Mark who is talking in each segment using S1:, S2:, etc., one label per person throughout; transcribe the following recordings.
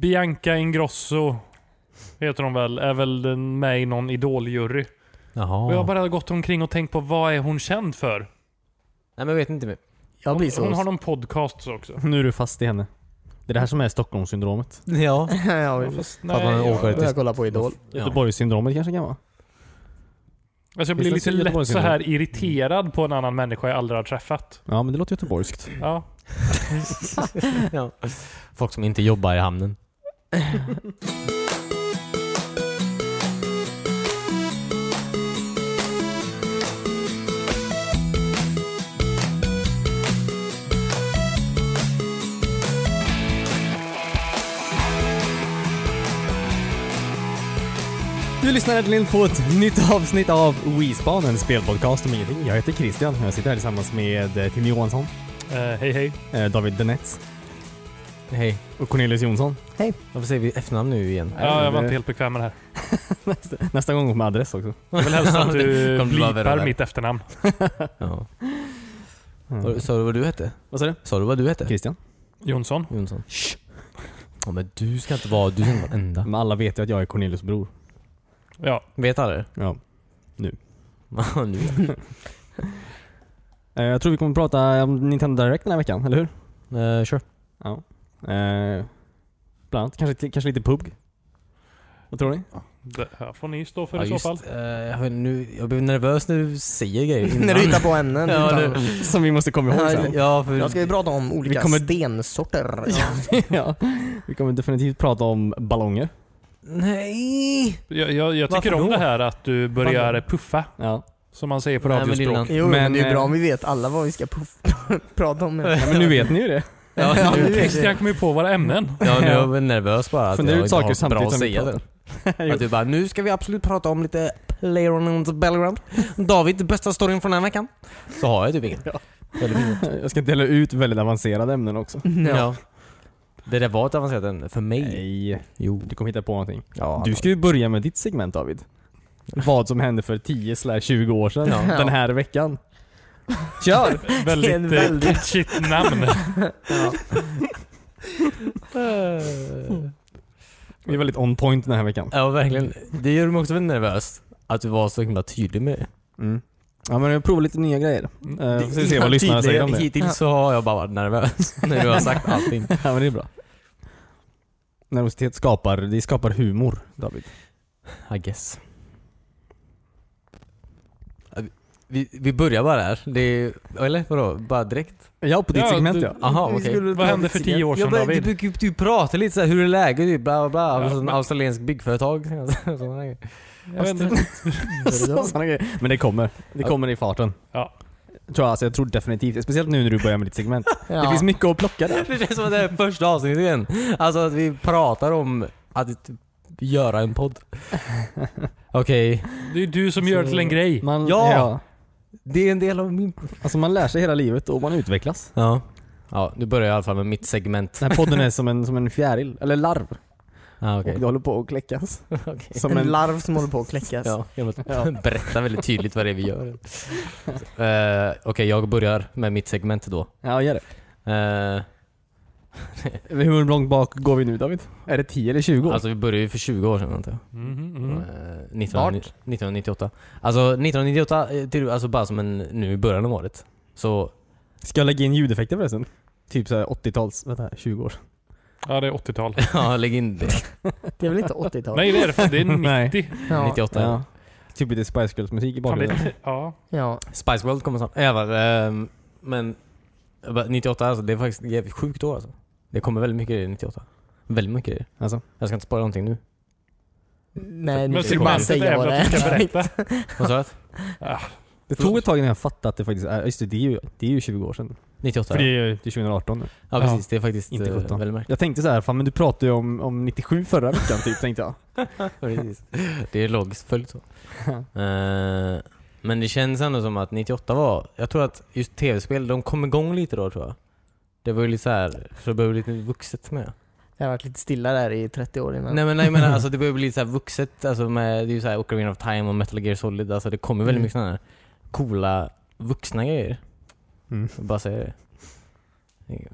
S1: Bianca Ingrosso heter hon väl, är väl den- med i någon idoljury. Och jag har
S2: Jaha.
S1: bara gått omkring och tänkt på vad är hon känd för?
S3: Nej men jag vet inte mer.
S4: Jag
S1: Hon,
S4: blir så...
S1: hon har någon podcast också.
S2: Nu är du fast i henne. Det är det här som är Stockholmssyndromet.
S3: Ja.
S4: ja,
S1: Ja,
S4: vi
S1: fast,
S2: För att man
S1: nej,
S2: åker
S1: jag,
S2: till-
S4: börjar kolla på Idol.
S2: Göteborgssyndromet kanske kan vara.
S1: alltså jag
S2: Finns
S1: blir
S2: det
S1: lite
S2: en
S1: lätt så
S2: Göteborgssyndrom?
S1: här irriterad på en annan människa jag aldrig har träffat.
S2: Ja men det låter göteborgskt.
S1: Ja.
S3: ja. Folk som inte jobbar i hamnen.
S2: Du lyssnar äntligen på ett nytt avsnitt av Wispan, en spelpodcast om ingenting. Jag heter Christian och jag sitter här tillsammans med eh, Tim Johansson,
S1: Eh, hej hej.
S2: eh, David Denetz
S3: Hej.
S2: och Cornelius Jonsson.
S3: Varför säger vi efternamn nu igen?
S1: Ja, jag var
S2: det-
S1: inte helt bekväm med det här.
S2: Nästa, nästa gång med adress också.
S1: Jag vill helst att du
S3: Kommer bli värre och
S1: blipar
S3: värre.
S1: mitt efternamn.
S3: Ja.
S2: Mm.
S3: Sa du vad du hette?
S2: Vad sa du?
S3: Sa du vad du hette?
S2: Christian?
S1: Jonsson.
S3: Jonsson. Ja men du ska inte vara, du ska inte vara den enda.
S2: Men alla vet ju att jag är Cornelius bror.
S1: Ja.
S3: Vet alla det?
S2: Ja.
S3: Ja, nu.
S2: Eh, Jag tror vi kommer prata om Nintendo Direct den här veckan, eller hur?
S3: Uh, sure.
S2: Ja. Eh, bland annat kanske, kanske lite PUBG. Vad tror ni?
S1: Det här får ni stå för
S3: ja,
S1: i så
S3: just,
S1: fall.
S3: eh, jag, vet- nu, jag blir nervös när du säger grejer innan.
S4: När du hittar på ämnen.
S3: Ja,
S4: utan-
S3: det-
S2: Som vi måste komma ihåg sen.
S3: Ja, för...
S4: Jag ska ju prata om olika
S2: Vi kommer-
S4: stensorter.
S2: ja. Vi kommer definitivt prata om ballonger.
S3: Nej!
S1: Jag, jag, jag
S3: Varför
S1: tycker om
S3: då?
S1: det här att du börjar puffa,
S2: Ja.
S1: som man säger på
S3: Nej, men
S1: radiospråk.
S3: Lillan.
S4: Jo, men,
S2: Men,
S4: det är ju bra
S2: eh,
S4: om vi vet alla vad vi ska puff, prata om.
S2: ja. Men nu vet ni ju det.
S3: Ja,
S4: Ja,
S3: nu,
S4: nu vet
S1: Christian
S4: jag.
S1: kommer ju på våra ämnen.
S3: ja, nu är jag nervös bara. Att
S2: Fundera
S3: jag
S2: ut
S3: inte har
S2: saker
S3: något bra
S2: samtidigt
S3: att
S2: som vi
S3: säga
S2: pratar.
S3: där. Att du bara, nu ska vi absolut prata om lite PlayerUnknown's Battleground. David, bästa storyn från den här veckan. Så har jag typ inget. Eller inget.
S2: Jag ska dela ut väldigt avancerade ämnen också.
S4: Ja.
S3: Ja. Det där var ett avancerat ämne för mig.
S2: Nej.
S3: Jo.
S2: Du kommer hitta på någonting.
S3: Ja,
S2: Du ska ju börja med ditt segment David. Vad som hände för 10-20 år sedan.
S3: Ja.
S2: Den här veckan. Kör!
S1: Väldigt,
S4: en
S1: eh,
S4: väldigt-
S1: catchigt namn.
S2: Vi är väldigt on point den här veckan.
S3: Ja, verkligen. Det gör mig också väldigt nervös. Att du var så himla tydlig med det.
S2: Mm. Ja men jag provar lite nya grejer.
S1: Mm.
S2: Eh, får se vad lyssnarna säger om det.
S3: Hittills så har jag bara varit nervös när du har sagt allting.
S2: Ja men det är bra. Nervositet skapar, det skapar humor David.
S3: I guess. Vi, vi börjar bara där. Det är, eller vadå? Bara direkt?
S2: Ja på ditt
S1: Ja,
S2: segment
S1: du-
S2: ja.
S3: Aha,
S4: Vi
S3: okej.
S4: skulle
S1: Vad
S4: ta
S1: hände
S4: ett
S1: för
S4: cigarett.
S1: tio år
S3: Jag
S1: sedan
S3: bara, du,
S1: David?
S3: du, du pratar typ lite så här, hur är läget? Du, bla bla bla.
S1: Ja,
S3: Ja,
S1: men-
S3: Australiensk byggföretag. Sådana grejer.
S1: Jag vet inte.
S2: Sådana grejer. Men det kommer. Det kommer i farten.
S1: Ja.
S2: Tror jag, alltså, jag tror definitivt. Speciellt nu när du börjar med ditt segment. Det
S4: Ja.
S2: finns mycket att plocka där.
S3: Det känns som att det här är första avsnittet igen. Alltså att vi pratar om att typ göra en podd. Okej.
S1: Det är ju du som gör det till en grej.
S2: Man,
S3: Ja!
S2: ja!
S3: Det är en del av min...
S2: Alltså man lär sig hela livet och man utvecklas.
S3: Ja. Ja, nu börjar jag i alla fall med mitt segment.
S2: Den här podden är som en, som en fjäril, eller larv.
S3: Ah, okej.
S2: Och det håller på att kläckas.
S3: Okej.
S2: Som
S4: en,
S2: en,
S4: larv som håller på att kläckas.
S3: Ja, genom att berätta väldigt tydligt vad det är vi gör. Eh, Okej, jag börjar med mitt segment då.
S2: ja, gör det.
S3: Eh,
S2: Hur långt bak går vi nu David? Är det 10 eller 20 år?
S3: alltså vi började ju för 20 år sedan antar jag.
S1: Mhm,
S3: Eh,
S2: Mm.
S1: mhm.
S3: 19, 1998. Alltså 1998, eh, till, alltså bara som en nu i början av året. Så,
S2: Ska jag lägga in ljudeffekter förresten? Typ såhär 80-tals, vänta, 20 år.
S1: Ja, det är 80-tal.
S3: ja lägg in det.
S4: Det är väl inte 80-tal?
S1: Nej, det är det. fan, Det är
S2: Nej.
S1: 90.
S4: Ja.
S3: 98.
S2: Ja. Typ lite Spice Girls musik
S1: Fan,
S2: i bakgrunden.
S1: det, ja.
S4: Ja.
S3: Spice World kommer snart. Äh, men jag bara, 98 alltså, det är faktiskt ett jävligt sjukt år alltså. Det kommer väldigt mycket grejer i 98. Väldigt mycket grejer.
S2: Alltså.
S3: Jag ska inte spara någonting nu.
S4: Nej,
S1: Men
S4: nu ska du bara
S1: segmentet är
S4: säga vad
S1: väl
S4: det
S1: att du ska
S4: är.
S1: berätta.
S3: Vad sa jag?
S2: Det tog ett tag innan jag fattade att det faktiskt är, just det, det är ju, det är ju 20 år sedan.
S3: 98?
S2: För det är ju det är 2018 nu.
S3: ja precis, det är faktiskt
S2: Inte
S3: eh,
S2: 17.
S3: väldigt märkligt.
S2: Jag tänkte så här, fan men du pratade ju om, om 97 förra veckan typ, tänkte jag.
S3: Precis. det är logiskt följt så. Eh, men det känns ändå som att 98 var, jag tror att just tv-spel, de kom igång lite då tror jag. Det var ju lite så här, så det började bli lite vuxet med.
S4: Jag har varit lite stilla där i 30 år innan.
S3: Nej men nej men alltså det börjar bli lite så här vuxet, alltså med, det är ju såhär Ocarina of Time och Metal Gear Solid, alltså det kommer väldigt
S4: Mm.
S3: mycket sådana här coola vuxna grejer.
S2: Mm.
S3: Jag bara säger det.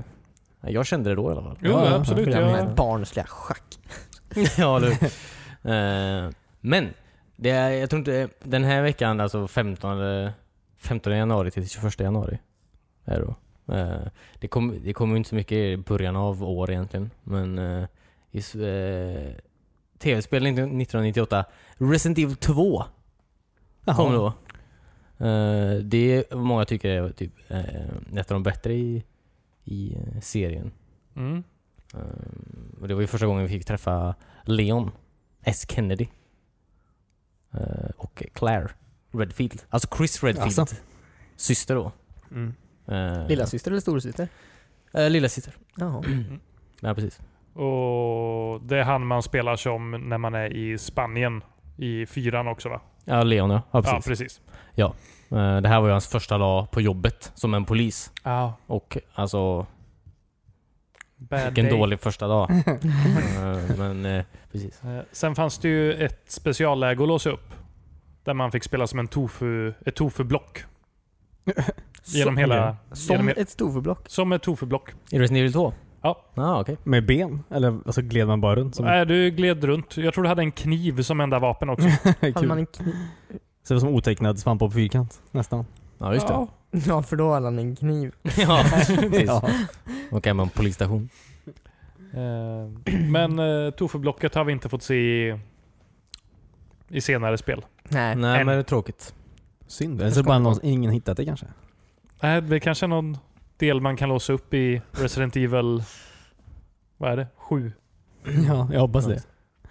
S3: Jag kände det då i alla fall.
S1: Jo,
S2: Ja,
S1: absolut.
S2: ja,
S1: Ja,
S4: här barnsliga schack.
S3: ja, du. Eh, men, det är, jag tror inte, den här veckan, alltså 15, 15 januari till 21 januari. Är det, då. Eh, det kommer det kom ju inte så mycket i början av år egentligen. Men eh, i s- eh, tv-spel 1998, Resident Evil 2 kom då. Eh, det är- många tycker är typ, eh, ett av de bättre i, i eh, serien.
S1: mm.
S3: Ehm, Och det var ju första gången vi fick träffa Leon S. Kennedy. Ehm, och Claire Redfield. Alltså Chris Redfield.
S2: Alltså.
S3: Syster då.
S2: Mm.
S3: Uh,
S4: Lilla syster eller storasyster?
S3: eh, lilla syster.
S4: Jaha.
S3: Ja, precis.
S1: Och det är han man spelar som när man är i Spanien. I fyran också va?
S3: Ja, Leon ja. ja, precis.
S1: Ja, precis.
S3: Ehm, det här var ju hans första dag på jobbet som en polis.
S1: Ja.
S3: Och alltså,
S1: Bad
S3: vilken
S1: day.
S3: dålig första dag. Ehm, men eh, precis.
S1: Eh, Sen fanns det ju ett specialläge att låsa upp. Där man fick spela som en tofu, ett tofu-block. Genom
S4: Så-
S1: hela...
S4: Som
S1: genom he-
S4: ett storförblock.
S1: som ett tofu-block.
S3: I Resident Evil 2?
S1: Ja.
S3: Ja, okej.
S2: Med ben? Eller alltså gled man bara runt? Som
S3: Mm.
S1: Nej, äh, du gled runt. Jag tror du hade en kniv som enda vapen också.
S4: Hade man
S2: kul.
S4: en kniv?
S2: Så det var som otecknad svamp på fyrkant. Nästan.
S3: Ja, just det.
S1: Ja.
S4: Ja, för då hade han en kniv.
S3: ja, precis. Och är man på polisstation.
S1: Eh, Men eh, tofu-blocket har vi inte fått se i, i senare spel.
S4: Nej.
S3: Nej,
S1: en-
S3: men det är tråkigt.
S2: Synd. Eller så bara någon, ingen hittat det kanske.
S1: Nej, Äh, det kanske är någon del man kan låsa upp i Resident Evil... Vad är det? Sju?
S2: Ja, jag hoppas det.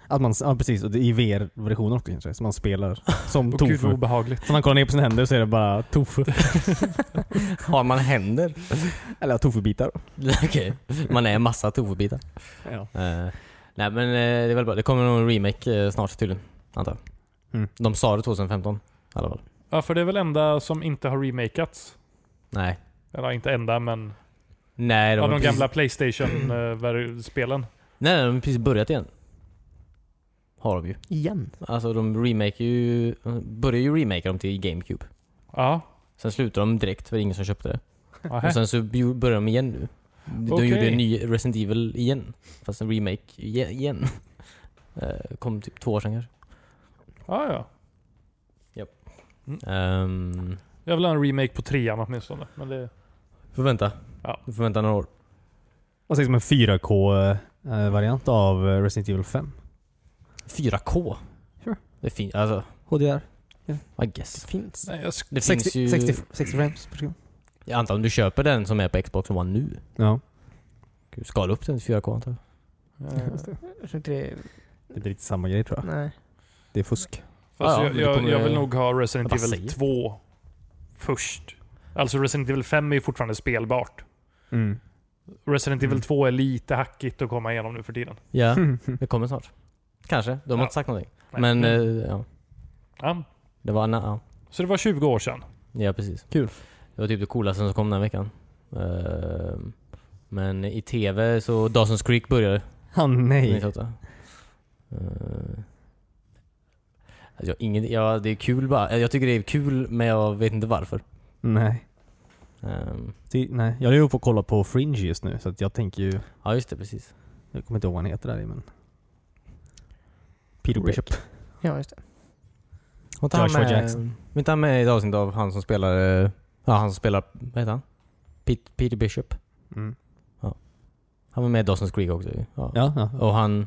S2: Att man, ja precis, och det är i VR-versionen också kanske. Så man spelar som
S1: Och gud vad
S2: tofu.
S1: obehagligt.
S2: Så man kollar ner på sina händer så är det bara tofu.
S3: Har man händer?
S2: Eller tofubitar.
S3: Okej, man är en massa tofubitar.
S2: Ja.
S3: Eh, nej men eh, det är väl bra. Det kommer nog en remake eh, snart tydligen. Antar jag.
S2: Mm.
S3: De sa det 2015 i alla fall.
S1: Ja, för det är väl enda som inte har remakeats.
S3: Nej.
S1: Eller inte enda, men
S3: Nej, de,
S1: av
S3: har
S1: de
S3: precis,
S1: gamla eh, Playstation-spelen.
S3: Nej, de har precis börjat igen. Har de ju.
S4: Igen.
S3: Alltså de remake ju, börjar ju remake dem till GameCube.
S1: Ja.
S3: Sen slutar de direkt för det är ingen som köpte det.
S1: Aha.
S3: Och sen så bju- börjar de igen nu. De
S1: Okej.
S3: gjorde en ny Resident Evil igen. Fast en remake igen. igen. Eh, kom typ två år sedan kanske.
S1: ja, ja.
S3: Ehm,
S1: Jag vill ha en remake på trean åtminstone. Men det...
S3: Får vänta.
S1: Ja.
S3: Du får vänta några år.
S2: Och så liksom en 4K-variant av eh, Resident Evil 5.
S3: 4K?
S2: Sure.
S3: Det finns, alltså,
S2: HDR.
S3: I guess.
S4: Finns.
S1: Nej, jag sk-
S3: Det
S2: 60,
S3: finns ju...
S2: 60, 60 frames per sekund.
S3: Jag antar om du köper den som är på Xbox One nu.
S2: Ja.
S3: Du skala upp den till 4K antar jag.
S1: eh,
S4: Jag tror inte det...
S2: Det blir lite samma grej tror jag.
S4: Nej.
S2: Det är fusk.
S1: fast
S3: Ja,
S1: jag,
S3: men det
S1: jag,
S3: kommer-
S1: jag vill nog ha
S3: Jag
S1: Resident
S3: bara
S1: Evil
S3: säger.
S1: 2 först. Alltså Resident Evil 5 är ju fortfarande spelbart.
S2: Mm.
S1: Resident
S2: Mm.
S1: Evil 2 är lite hackigt att komma igenom nu för tiden.
S3: Ja, Mm. det kommer snart. Kanske. De har
S1: Ja.
S3: inte sagt någonting.
S1: Nej.
S3: Men
S1: Mm.
S3: eh, ja.
S1: Ja.
S3: Det var... Na, ja.
S1: Så det var 20 år sedan.
S3: ja, precis.
S2: Kul.
S3: Det var typ det coolaste som kom den veckan. Ehm, men i TV så Dawson's Creek började
S2: Ah, nej.
S3: 98. Ehm, alltså, jag, har ingen, ja, det är kul bara. Eh, Jag tycker det är kul men jag vet inte varför.
S2: Nej.
S3: Ehm,
S2: Ty, nej. Jag är ju uppe och kollar på Fringe just nu så att jag tänker ju...
S3: ja just det, precis.
S2: Jag kommer inte ihåg vad han heter där i men... Peter
S4: Rick.
S2: Bishop.
S4: Ja, just det.
S3: Var inte
S2: Joshua
S3: han med,
S2: Jackson.
S3: Var inte han med i ett avsnitt av han som spelar, eh, ja han som spelar, vad heter han? Pete, Peter Bishop.
S2: Mm.
S3: Han var med i Dawson's Creek också ju. ja.
S2: Ja, ja.
S3: Och han,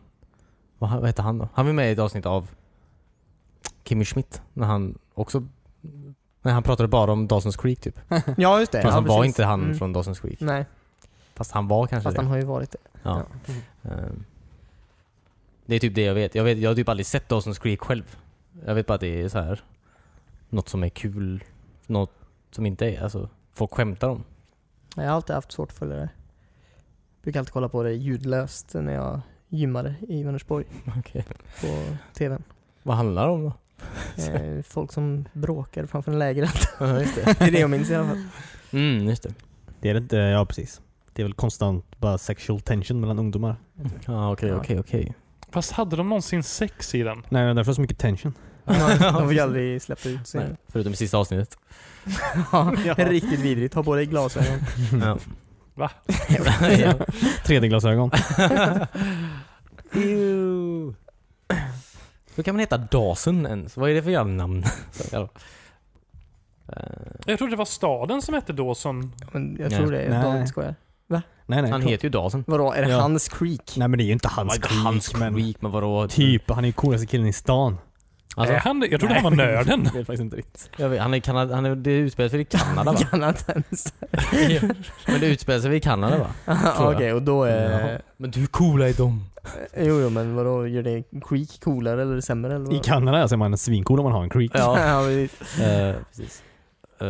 S3: vad, han- vad heter han då? Han var med i ett avsnitt av Kimmy Schmidt när han också, när han pratade bara om Dawson's Creek typ. Fast
S4: Ja, just det. ja,
S3: han var
S4: precis.
S3: inte han
S4: Mm.
S3: från Dawson's Creek.
S4: Nej,
S3: Fast han var kanske
S4: fast
S3: det.
S4: han har ju varit det.
S3: Ja. Ehm, Det är typ det jag vet. Jag, vet, jag har typ aldrig sett Dawson's Creek själv. Jag vet bara att det är så här något som är kul, något som inte är, alltså folk skämtar om.
S4: Jag har alltid haft svårt att följa det. Brukar alltid kolla på det ljudlöst när jag gymmade i Vänersborg
S3: Okej.
S4: på TVn.
S3: Vad handlar det om då?
S4: Eh, Folk som bråkar framför en lägereld.
S3: Ja, just det.
S4: Det är det jag minns i alla fall.
S3: Mm, just det.
S2: Det är det inte, ja precis. Det är väl konstant bara sexual tension mellan ungdomar.
S3: Ja, okej,
S4: Ja.
S3: okej, okej.
S1: Fast hade de någonsin sex i den?
S2: Nej, därför är det så mycket tension.
S4: De fick aldrig släppa ut
S3: Nej,
S4: sig.
S3: Förutom i sista avsnittet.
S4: Ja, riktigt vidrigt. Ha på dig glasögon.
S3: Ja.
S1: Va?
S3: Mm. Ja.
S2: 3D-glasögon.
S3: Ew. Hur kan man heta Dawson ens? Vad är det för jävla namn? Så, ja. Eh,
S1: Jag trodde det var staden som hette Dawson.
S4: Men jag
S3: Nej.
S4: tror det är
S2: Nej.
S4: David skojar.
S2: Nej, nej.
S3: han
S2: cool.
S3: heter ju Dawson.
S4: Vadå, är det
S2: Ja.
S4: hans creek?
S2: Nej men det är ju inte hans
S3: Vad är Hans
S2: kuk, men
S3: Creek, men vadå?
S2: Typ, han är ju coolaste killen i stan.
S3: Alltså,
S1: är han det? Jag trodde
S2: Nej.
S1: han var nörden.
S2: Jag vet faktiskt inte riktigt.
S3: jag vet, han är i Kanada, han är, det utspelar sig i Kanada va?
S4: Kanadens.
S3: Ja. men det utspelar sig i Kanada va?
S4: Okej, och då
S3: Ja.
S4: är...
S3: Men du, hur coola är de?
S4: Eh, Jo, jo, men vadå, gör det creek coolare eller sämre eller?
S2: I
S4: vad?
S2: Kanada så är man svincool om man har en creek.
S3: Ja.
S4: ja, precis.
S3: Eh, precis. Eh,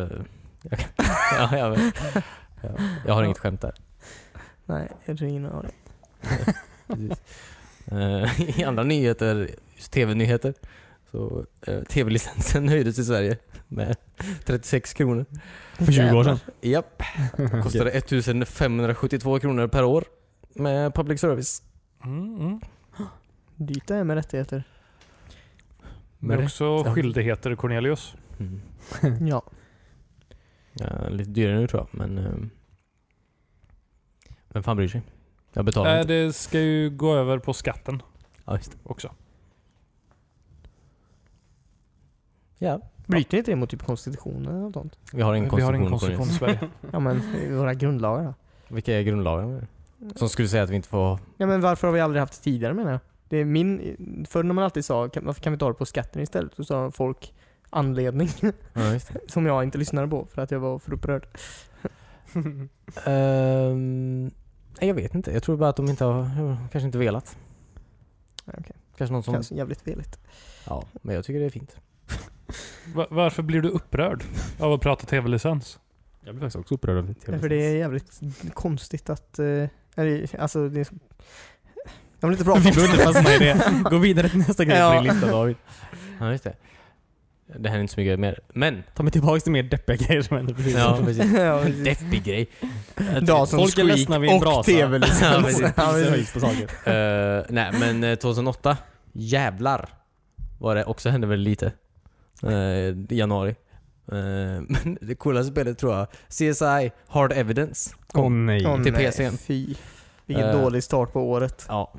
S3: jag, kan- ja, jag, vet. Ja, jag har inget skämt där.
S4: Nej, jag tror ingen har det.
S3: Precis. Eh, I andra nyheter, just tv-nyheter, så eh, tv-licensen höjdes i Sverige med 36 kronor.
S2: För 20 år sedan.
S3: Japp. Kostade 1572 kronor per år med public service.
S1: Mm, mm.
S4: Dyrt det är med rättigheter.
S1: Men
S3: det-
S1: också
S3: Ja.
S1: skyldigheter Cornelius.
S3: Mm.
S4: Ja.
S3: Ja, lite dyrare nu tror jag, men... eh, vem fan bryr sig? Jag betalar
S1: Nej,
S3: inte.
S1: det ska ju gå över på skatten
S3: Ja, just. det.
S1: också.
S3: Ja,
S4: Bryter inte det mot typ konstitutionen eller något sånt?
S3: vi har ingen
S1: Vi har
S3: konstitution.
S1: en konstitution i Sverige.
S4: Ja men eh, våra grundlagar då?
S3: Vilka är grundlagarna? Som skulle säga att vi inte får...
S4: Ja men varför har vi aldrig haft det tidigare menar jag? Det är min... Förr när man alltid sa, kan, varför kan vi inte ha det på skatten istället? Så sa folk anledning
S3: Ja, just det.
S4: som jag inte lyssnade på för att jag var för upprörd.
S3: Ehm, nej, jag vet inte. Jag tror bara att de inte har... Kanske inte velat.
S4: Okej.
S3: Kanske någon som...
S4: Kanske jävligt veligt.
S3: Ja, men jag tycker det är fint.
S1: Va- Varför blir du upprörd av att prata tv-licens?
S2: Jag blir faktiskt också upprörd av
S4: Ja, för det är jävligt konstigt att... eh, Eller alltså det är... Jag vill inte prata
S2: Vi
S4: om
S2: behöver inte fastna i det. Gå vidare till nästa grej på
S4: Ja.
S2: din lista David.
S3: Ja, just det. Det här är inte så mycket mer. Men!
S2: Ta mig tillbaka till mer deppiga grejer som hände precis.
S3: Ja, precis.
S4: Ja,
S3: En Deppig grej.
S4: Dawson's
S2: Folk är
S4: Creek
S2: ledsna vid en
S4: och
S2: brasa.
S4: TV-licens.
S3: Ja, precis.
S2: Precis,
S4: Ja,
S2: jag
S4: precis.
S2: gick på saker.
S3: Eh, nej, men eh, 2008. Jävlar! Var det också hände väl lite. Eh, i januari. Eh, men det coolaste spelet tror jag, CSI Hard Evidence.
S2: Åh nej.
S4: Åh,
S3: till
S4: nej,
S3: PCn.
S4: Fy. Vilken
S3: Eh.
S4: dålig start på året.
S3: Ja.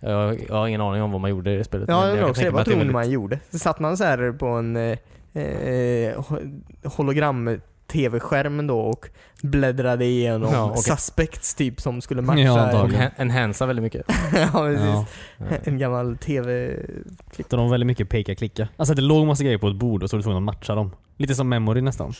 S3: Jag, jag har ingen aning om vad man gjorde i det spelet. men
S4: Ja, jag
S3: kan
S4: undrar också
S3: tänka mig
S4: det. Vad
S3: att är
S4: tror ni
S3: väldigt-
S4: man gjorde? Så satt man så här på en eh, eh, ho- hologram tv-skärmen då och bläddrade igenom
S3: Ja, okej.
S4: suspects typ som skulle matcha
S2: Ja,
S4: en,
S3: De
S2: antagligen.
S3: en- enhansar väldigt mycket.
S4: ja, precis.
S2: Ja.
S4: en gammal tv...
S2: Där de väldigt mycket peka klicka. Alltså det låg massa grejer på ett bord och så var du tvungen att matcha dem. Lite som memory nästan.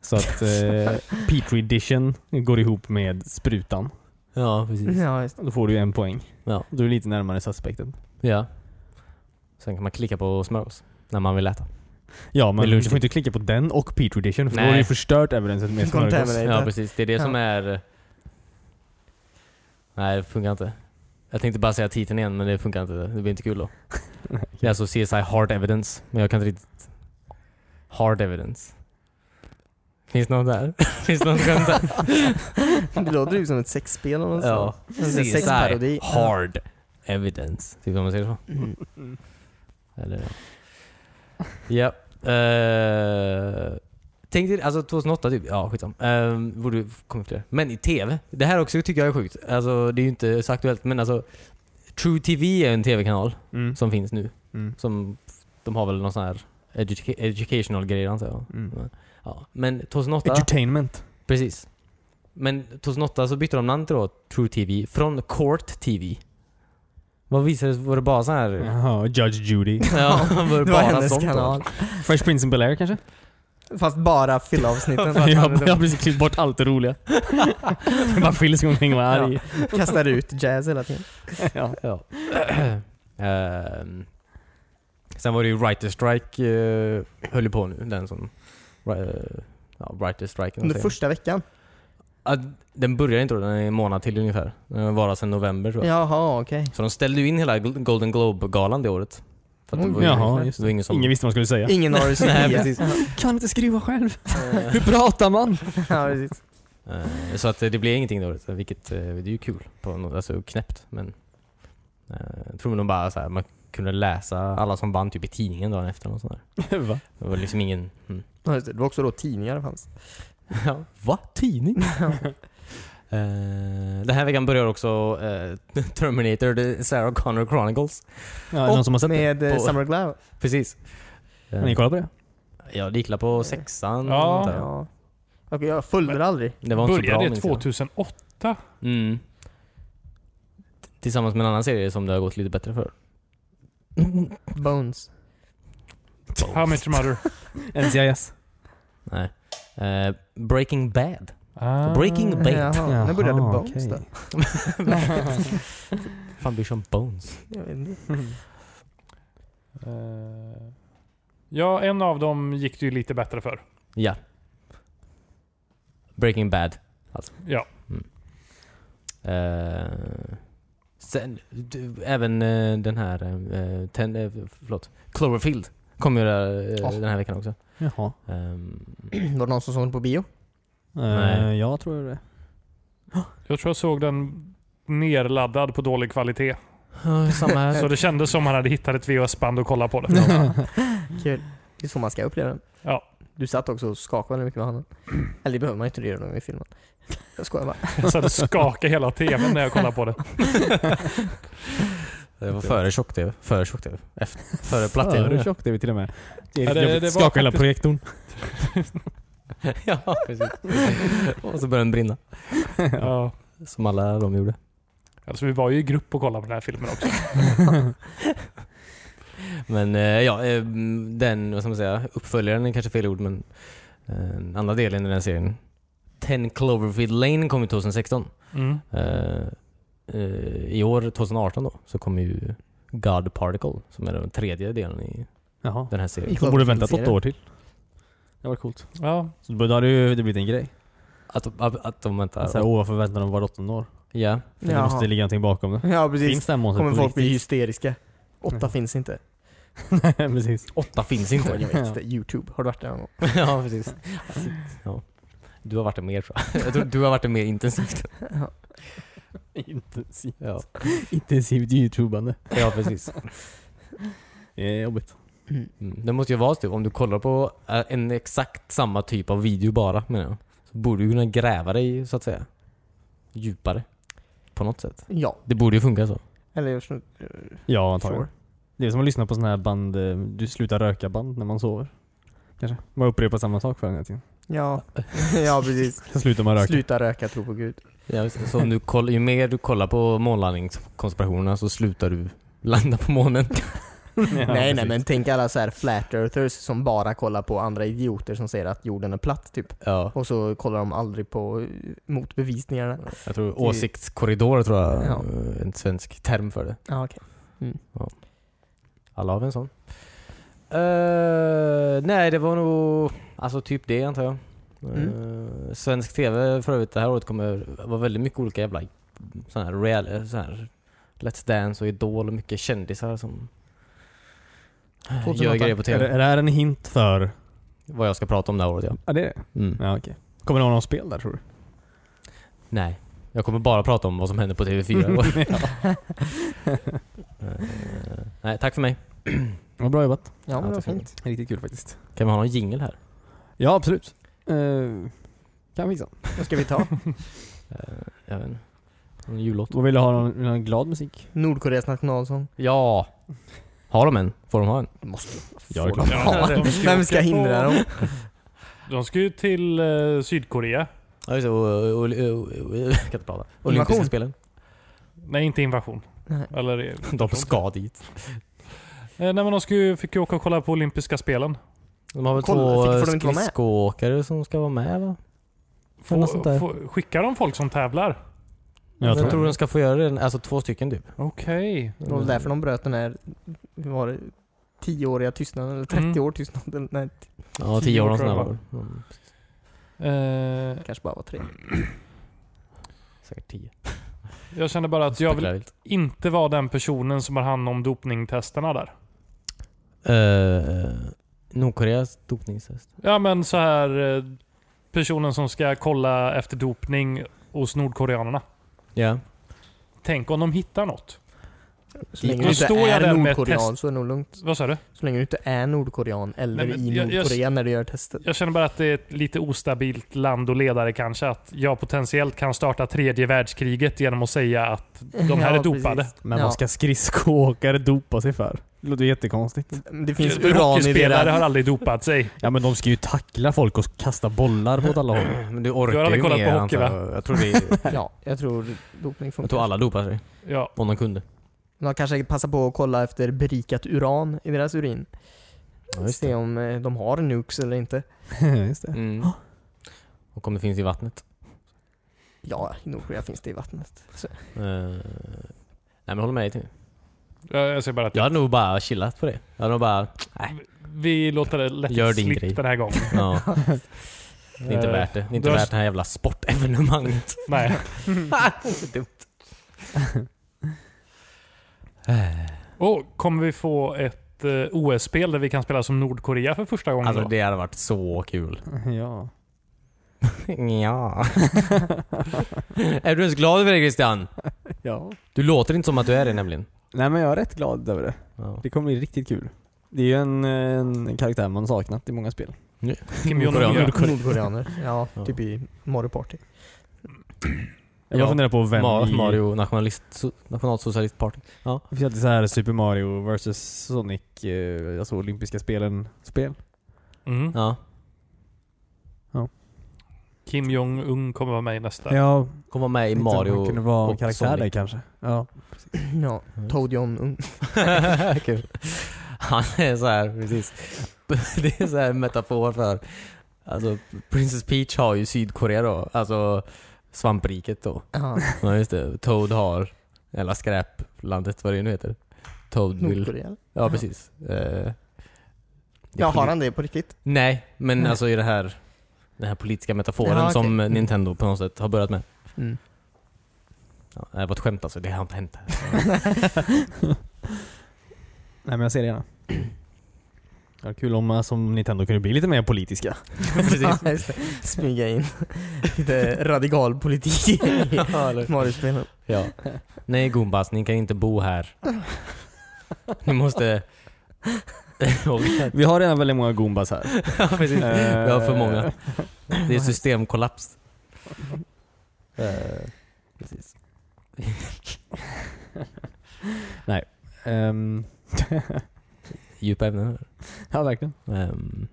S2: Så att eh, Petri dishen går ihop med sprutan.
S3: Ja, precis.
S4: Ja, just.
S2: Då får du ju en poäng.
S3: Ja.
S2: Då är du lite närmare suspekten.
S3: Ja. Sen kan man klicka på smörgås när man vill äta.
S2: Ja men
S3: Vill
S2: du
S3: du-
S2: får inte klicka på den och Petri dishen för då
S3: Nej.
S2: har du ju förstört evidenset med smörgås.
S4: Contaminate.
S3: Ja, precis. Det är det
S4: Ja.
S3: som är... Nej, det funkar inte. Jag tänkte bara säga titeln igen, men det funkar inte. Det blir inte kul då. Det är alltså CSI Hard Evidence, men jag kan inte riktigt... Hard Evidence. Finns någon där? Finns någon skämt där?
S4: Det låter ju som ett sexspel eller något
S3: Ja.
S4: sånt. En sexparodi.
S3: Hard Evidence. Typ om man säger så.
S4: Mm.
S3: Eller, ja. Uh, tänk dig, alltså 2008 typ. Ja, skitsam. Uh, borde komma fler. Men i TV. Det här också tycker jag är sjukt. Alltså det är ju inte så aktuellt men alltså True TV är en TV-kanal
S2: Mm.
S3: som finns nu.
S2: Mm.
S3: Som, de har väl någon sån här educa- educational grejer antar jag.
S2: Mm.
S3: Ja. Men 2008,
S2: Entertainment.
S3: precis. Men 2008 så bytte de namn till då True TV från Court TV. Vad visades, var det bara så här?
S2: Jaha, Judge Judy.
S3: Ja, var det
S4: Det
S3: bara
S4: var hennes
S3: sånt då?
S4: kanal.
S2: Fresh Prince of Bel-Air kanske?
S4: Fast bara
S2: Jag
S4: fyllavsnitten.
S2: jag
S4: liksom
S2: har precis klippt bort allt det roliga. Jag bara Phil som omkring och var arg.
S4: Kastar ut jazz hela tiden.
S2: Ja.
S3: Ja. Ehm. sen var det ju Writer Strike uh, höll ju på nu. Den som... eh, ja, Writer Strike.
S4: Under första veckan.
S3: Ja, den börjar inte då, den är en månad till ungefär. Den varar sedan november tror jag.
S4: Jaha, okej.
S3: Så de ställde ju in hela Gol- Golden Globe-galan det året. För att det
S4: Oj.
S3: var ju,
S2: Jaha,
S3: det var ingen som...
S2: Ingen visste vad man skulle säga.
S4: Ingen har
S3: Nej,
S4: det
S3: precis.
S2: Kan inte skriva själv.
S3: Eh,
S2: Hur pratar man?
S4: Ja, precis.
S3: Eh, Så att eh, det blev ingenting det året, vilket eh, det är ju kul. På något, alltså knäppt. Men eh, jag tror nog bara så här, man kunde läsa alla som vann typ i tidningen dagen efter. Och sånt där.
S2: Va?
S3: Det var liksom ingen... Mm.
S4: Ja, just det. det var också då tidningar fanns.
S3: Ja. Va? Tidning? Eh, den här veckan börjar också eh, Terminator, The Sarah Connor Chronicles.
S2: Ja, är det någon som har sett det?
S4: Med eh,
S3: på-
S4: Summer Glau.
S3: Precis. Eh,
S2: Har ni kollat på det?
S3: Ja, det gick la på sexan.
S1: Ja.
S3: antar jag.
S4: Ja. Okej, jag fullbordar aldrig.
S3: Det var inte så bra
S1: Började det
S3: minns jag.
S1: 2008?
S3: Mm. T- Tillsammans med en annan serie som det har gått lite bättre för.
S4: Bones.
S1: How much mother?
S2: NCIS?
S3: Nej. Eh, Breaking Bad.
S1: Ah.
S3: Breaking Bad.
S4: Jaha, när började
S2: Jaha,
S4: Bones
S2: okej.
S4: då?
S3: Fan blir som Bones.
S4: Jag vet inte.
S1: Eh, ja, en av dem gick det ju lite bättre för.
S3: Ja. Breaking Bad.
S1: Ja.
S3: Eh, sen, du, även eh, den här, eh, ten, eh, förlåt, Cloverfield kom ju där, eh,
S4: Ja.
S3: den här veckan också.
S2: Jaha.
S3: Ehm,
S4: Var det någon som såg den på bio?
S2: Eh,
S3: Nej.
S2: jag tror det.
S1: Jag tror jag såg den nerladdad på dålig kvalitet.
S3: ja, samma här.
S1: Så det kändes som han hade hittat ett VHS-band och kollat på det.
S4: Kul. Det är så man ska uppleva den.
S1: Ja.
S4: Du satt också och skakade väldigt mycket med handen. Eller det behöver man inte, det gör de i filmen. Jag skojar bara.
S1: Jag satt och skakade hela tvn när jag kollade på det.
S3: det var före tjock-tv. Före tjock-tv. Efter- Före
S2: Före
S3: platt-tv.
S2: tjock-tv till och med. Det är
S1: Ja, det-
S2: jobbigt.
S1: det var
S2: Skaka hela
S1: faktiskt-
S2: projektorn.
S3: ja, precis. och så började den brinna.
S1: Ja.
S3: Som alla de gjorde.
S1: Alltså, vi var ju i grupp och kollade på den här filmen också.
S3: Men eh, ja, eh, den, vad ska man säga, uppföljaren är kanske fel ord men eh, andra delen i den här serien. 10 Cloverfield Lane kom ju 2016.
S1: Mm.
S3: Eh, eh, I år, 2018 då, så kom ju God Particle som är den tredje delen i
S2: Jaha.
S3: den här serien.
S2: De borde väntat åtta år till. Det var coolt.
S1: Ja.
S2: Så då hade ju det blivit en grej.
S3: Att, att, att de väntar.
S2: Så här, åh, varför väntar de var åttonde år?
S3: Ja.
S2: För det
S4: Jaha.
S2: måste ligga någonting bakom det.
S4: Ja
S2: Finns
S4: precis.
S2: det här monstret på
S4: Kommer folk bli
S2: riktigt?
S4: hysteriska. Åtta finns inte.
S2: Precis.
S3: Åtta finns inte.
S4: Jag vet inte. Youtube. Har du varit där någon gång?
S3: ja, precis. Ja. Du har varit det mer tror jag. jag. tror Du har varit det mer intensivt.
S2: Intensivt.
S3: Ja,
S2: Intensivt youtubande.
S3: ja precis.
S2: Det är jobbigt.
S3: Mm. Det måste ju vara typ, om du kollar på eh, en exakt samma typ av video bara menar jag. Så borde du kunna gräva dig så att säga. Djupare. På något sätt.
S4: Ja.
S3: Det borde ju funka så.
S4: Eller jag tror-
S2: Ja, antagligen.
S4: sure.
S2: Det är som att lyssna på sådana här band, eh, du slutar röka band när man sover. Kanske. Man upprepar samma sak för hela tiden.
S4: Ja. Ja precis.
S2: Sen slutar man röka.
S4: Sluta röka, tro på Gud.
S3: Ja, så om du koll, ju mer du kollar på månlandningskonspirationerna så slutar du landa på månen.
S2: Ja,
S4: nej nej
S2: precis.
S4: men tänk alla så här flat earthers som bara kollar på andra idioter som säger att jorden är platt typ.
S3: Ja,
S4: Och så kollar de aldrig på eh, motbevisningarna.
S3: jag tror åsiktskorridor tror jag
S4: Ja.
S3: är en svensk term för det.
S4: Ja okej. Mm.
S3: Alla har väl en sån. Eh, nej, det var nog alltså typ det antar jag.
S4: Mm.
S3: Eh, svensk TV för övrigt det här året kommer vara väldigt mycket olika jävla sån här, real, eh, sån här Let's Dance och Idol och mycket kändisar som eh, gör
S4: 2008.
S3: grejer på
S2: Är,
S3: TV.
S2: det- är det här en hint för...
S3: Vad jag ska prata om det här året ja.
S2: Ja det är det.
S3: Mm.
S2: Ja okej. Kommer det vara något spel där tror du?
S3: Nej. Jag kommer bara prata om vad som händer på TV4 i år. Eh, nej, tack för mig.
S2: Vad bra jobbat.
S4: Ja
S3: Ja,
S4: men det var
S3: tack.
S4: fint.
S2: Riktigt kul faktiskt.
S3: Kan vi ha någon jingle här?
S2: Ja absolut. Eh, kan fixa.
S4: Vad ska vi ta?
S3: Eh, jag vet inte. Någon jullåt?
S2: Då vill jag ha någon, vill du ha någon glad musik.
S4: Nordkoreas nationalsång.
S3: Ja! Har de en? Får de ha en?
S4: Måste
S2: Ja, det är klart.
S1: Ja, de ska
S4: Vem ska
S1: åka på-
S4: hindra dem?
S1: De ska ju till eh, Sydkorea.
S3: Ja just det, och, och, och, och, och, jag kan inte prata. Olympiska
S4: Invasion.
S3: spelen.
S1: Nej, inte invasion.
S4: Nej.
S1: Eller, eh,
S3: De ska dit.
S1: nej, men de ska ju, fick ju åka och kolla på olympiska spelen.
S3: De har väl
S4: Kolla,
S3: två
S4: fick- får
S3: eh,
S4: de inte vara med?
S3: skridskoåkare som ska vara med va? Eller
S1: Få,
S3: något sånt där.
S1: få, skickar de folk som tävlar?
S2: Jag
S3: jag
S2: tror-
S3: tror, de ska få göra det, alltså två stycken typ.
S1: Okej.
S4: Det var väl därför de bröt den här, hur var det, 10-åriga tystnaden, eller 30
S1: Mm.
S4: år tystnaden. Nej, det
S3: Ja, tio år
S1: tror jag
S3: någonstans där. Mm,
S1: Eh,
S4: kanske bara var tre.
S3: Säkert tio.
S1: jag känner bara att jag vill
S3: Spekulerar vilt.
S1: inte vara den personen som har hand om dopningtesterna där.
S3: Eh, Nordkoreas dopningstest.
S1: Ja men så här eh, personen som ska kolla efter dopning hos nordkoreanerna.
S3: Ja.
S1: Tänk om de hittar något.
S4: Så länge
S1: Då
S4: du inte
S1: står jag
S4: är
S1: där med ett
S4: nordkorean så är det nog lugnt.
S1: Vad sa du?
S4: Så länge du inte är nordkorean eller
S1: Nej, men
S4: i
S1: jag- jag-
S4: Nordkorea när du gör testet.
S1: Jag känner bara att det är ett lite ostabilt land och ledare kanske. Att jag potentiellt kan starta tredje världskriget genom att säga att de här
S4: Ja,
S1: är dopade.
S4: precis.
S2: Men
S4: Ja.
S2: vad ska skridskoåkare dopa sig för? Det låter jättekonstigt.
S3: Mm.
S4: Det finns uran i
S1: Hockeyspelare har
S4: deras...
S1: aldrig dopat sig.
S2: Ja men de ska ju tackla folk och kasta bollar mot alla håll.
S3: Men du
S1: Du har
S3: orkar
S1: aldrig
S3: ju
S1: kollat
S3: mer
S1: på hockey,
S3: antar jag. Jag tror, det,
S4: Ja, jag tror dopning
S3: jag
S4: funkar.
S3: tror alla dopar sig.
S1: Ja.
S3: Om de kunde.
S4: De kanske passar på att kolla efter berikat uran i deras urin.
S3: Ja, just
S4: Se om eh, de har nukes eller inte.
S2: Just det.
S3: Mm. Och om det finns i vattnet.
S4: Ja, i Nordkorea finns det i vattnet. Så,
S3: Eh, nej men håller med dig Timmy.
S1: Jag jag säger bara att
S3: Jag hade nog bara chillat på det. Jag hade nog bara, nej.
S1: vi låter det lätt
S3: Gör din
S1: slippa
S3: grej.
S1: den här gången. Eh,
S3: Ja. Det är inte värt det. Det är inte
S1: Du har-
S3: värt det här jävla sportevenemanget.
S1: Nej. Och kommer vi få ett eh, OS-spel där vi kan spela som Nordkorea för första gången?
S3: Alltså
S1: då?
S3: det hade varit så kul.
S2: Ja.
S3: Ja. är du ens glad över det Christian?
S2: ja.
S3: Du låter inte som att du är det nämligen.
S2: Nej men jag är rätt glad över det.
S3: Ja.
S2: Det kommer bli riktigt kul. Det är ju en, en karaktär man saknat i många spel.
S1: Kim Jong-Un.
S3: Nordkorea.
S1: Ja.
S4: Nordkoreaner. Ja,
S3: Ja.
S4: typ i Mario Party.
S2: Jag bara
S3: Ja.
S2: funderar på vem
S3: Ma-
S2: i-
S3: Mario nationalist, so- nationalsocialistparty.
S2: Det finns alltid så här Super Mario vs Sonic, eh, alltså olympiska spelen, spel.
S1: Mm.
S3: Ja.
S1: Kim Jong-Un kommer vara med i nästa.
S2: Ja,
S3: Kommer vara med i
S2: Man kunde
S3: Mario.
S2: vara en
S3: och
S2: karaktär
S3: Sonic.
S2: där kanske. Ja.
S4: Ja, Toad John
S3: Kul. Han är så här, precis. Det är så här en metafor för, alltså Princess Peach har ju Sydkorea då, alltså svampriket då.
S4: Ja,
S3: Ja just det, Toad har, eller skräplandet vad det nu heter. Toad vill,
S4: Nordkorea.
S3: ja precis. Eh,
S4: Ja, har han det på riktigt?
S3: Nej, men
S4: Nej.
S3: alltså i det här, den här politiska metaforen
S4: Ja, okej.
S3: som
S4: Mm.
S3: Nintendo på något sätt har börjat med.
S4: Mm.
S3: Ja, det var ett skämt alltså, det har inte hänt.
S2: Nej men jag ser det gärna. Ja, kul om eh, som Nintendo kunde bli lite mer politiska.
S4: Ja, just det. Smyga in lite radikal politik i Mario-spelen.
S3: Ja. Nej Goombas, ni kan inte bo här. Ni måste...
S2: Vi har redan väldigt många Goombas här. Eh,
S3: ja, precis. Vi har för många. Det är systemkollaps. Precis.
S2: Ehm,
S3: Djupa ämnen.
S2: ja verkligen.
S3: Um,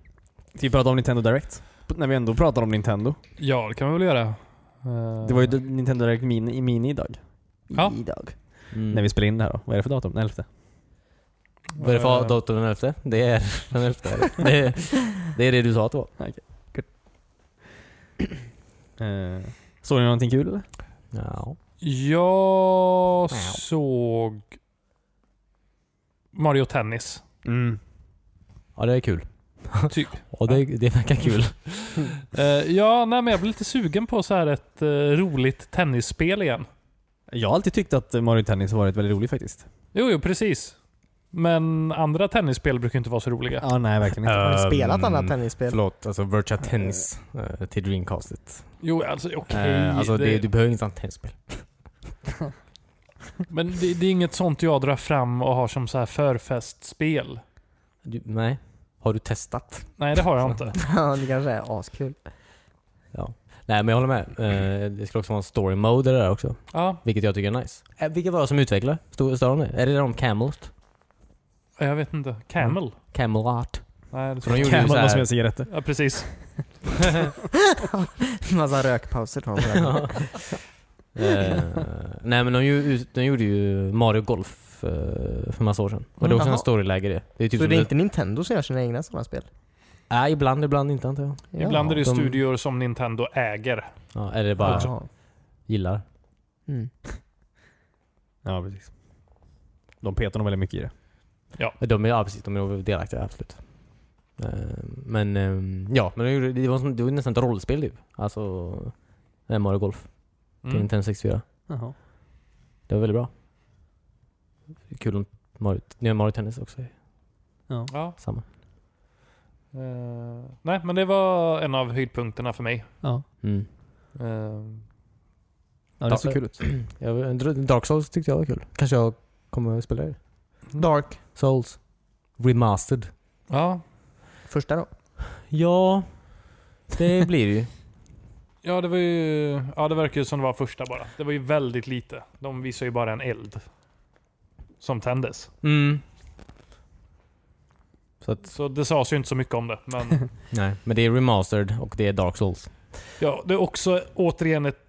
S2: Ska vi prata om Nintendo Direct? P- När vi ändå pratar om Nintendo.
S1: Ja, det kan vi väl göra. Eh,
S2: Det var ju d- Nintendo Direct Mini, mini idag. Mm.
S1: Ja.
S4: Idag.
S3: Mm.
S2: När vi spelade in det här då. Vad är det för datum? Den 11?
S3: Vad är det för datum den 11? Det är den 11. Det är det, är det du sa att det var.
S2: Eh, såg ni någonting kul eller?
S3: Ja.
S1: eh, Jag såg Mario Tennis.
S2: Mm.
S3: ja, det är kul.
S1: Typ.
S3: Och det, det verkar kul.
S1: Eh, ja, nej, men jag blir lite sugen på så här ett eh, roligt tennisspel igen.
S2: Jag har alltid tyckt att Mario Tennis har varit väldigt roligt faktiskt.
S1: Jo, jo, precis. Men andra tennisspel brukar inte vara så roliga.
S2: Ja, nej verkligen inte.
S3: Ja.
S4: Har du spelat
S3: Ehm,
S4: annat tennisspel?
S3: Förlåt, alltså Virtua Tennis eh, till Dreamcastet.
S1: Jo, alltså okej.
S3: Eh, alltså det,
S1: det,
S3: du behöver inget sånt tennisspel. typ-
S1: Men det, det är inget sånt jag drar fram och har som så här förfestspel.
S3: Du, nej. Har du testat?
S1: Nej, det har jag inte.
S4: Ja, det kanske är askul.
S3: Nej men jag håller med. Eh, det skulle också vara en story mode i det där också.
S1: Ja,
S3: Vilket jag tycker är nice. Eh, vilka var det som utvecklade? Stod, stod de det? Är det de Camelot?
S1: jag vet inte. Camel?
S3: Camelot?
S1: Nej, det
S3: Mm. För de
S1: tror jag
S3: gjorde ju
S2: Kan man
S3: såhär-
S2: måste med cigaretter?
S1: inte. Ja, precis.
S4: Massa rökpauser tar de på den.
S3: Typ Eh, nej men de, ju, de gjorde ju Mario Golf eh, för massa år sedan. Och det är också
S4: Jaha.
S3: en storyläge det. Mm, Det är typ
S4: Så
S3: som
S4: det är inte Nintendo som gör sina egna sådana spel?
S3: Nej, ibland, ibland inte antar jag.
S4: Ja.
S1: Ibland är det
S3: de-
S1: studior som Nintendo äger.
S3: Ja, eller bara
S4: Jaha.
S3: gillar.
S4: Mm.
S2: Ja, precis. De petar nog väldigt mycket i det.
S3: De är, ja, precis, de är nog delaktiga, absolut. Eh, Men ehm, ja, men det gjorde- det var, som, det var nästan ett rollspel typ. Alltså eh, Mario Golf till
S1: Mm.
S3: Nintendo 64.
S2: Jaha.
S3: Det var väldigt bra. Kul om Mario, nya Mario Tennis också är
S1: Ja.
S3: samma.
S1: Eh, nej, men det var en av höjdpunkterna för mig.
S2: Ja.
S3: Mm.
S1: Eh,
S2: ja det ser kul ut.
S3: Jag, Dark Souls tyckte jag var kul. Kanske jag kommer att spela det.
S4: Dark.
S3: Souls. Remastered.
S1: Ja,
S4: Första då.
S3: Ja, det blir det ju.
S1: ja, det var ju, ja, det verkar ju som det var första bara. Det var ju väldigt lite. De visar ju bara en eld. Som tändes.
S3: Mm. Så att,
S1: Så det sades ju inte så mycket om det. Men
S3: nej. Men det är remastered och det är Dark Souls.
S1: ja, det är också återigen ett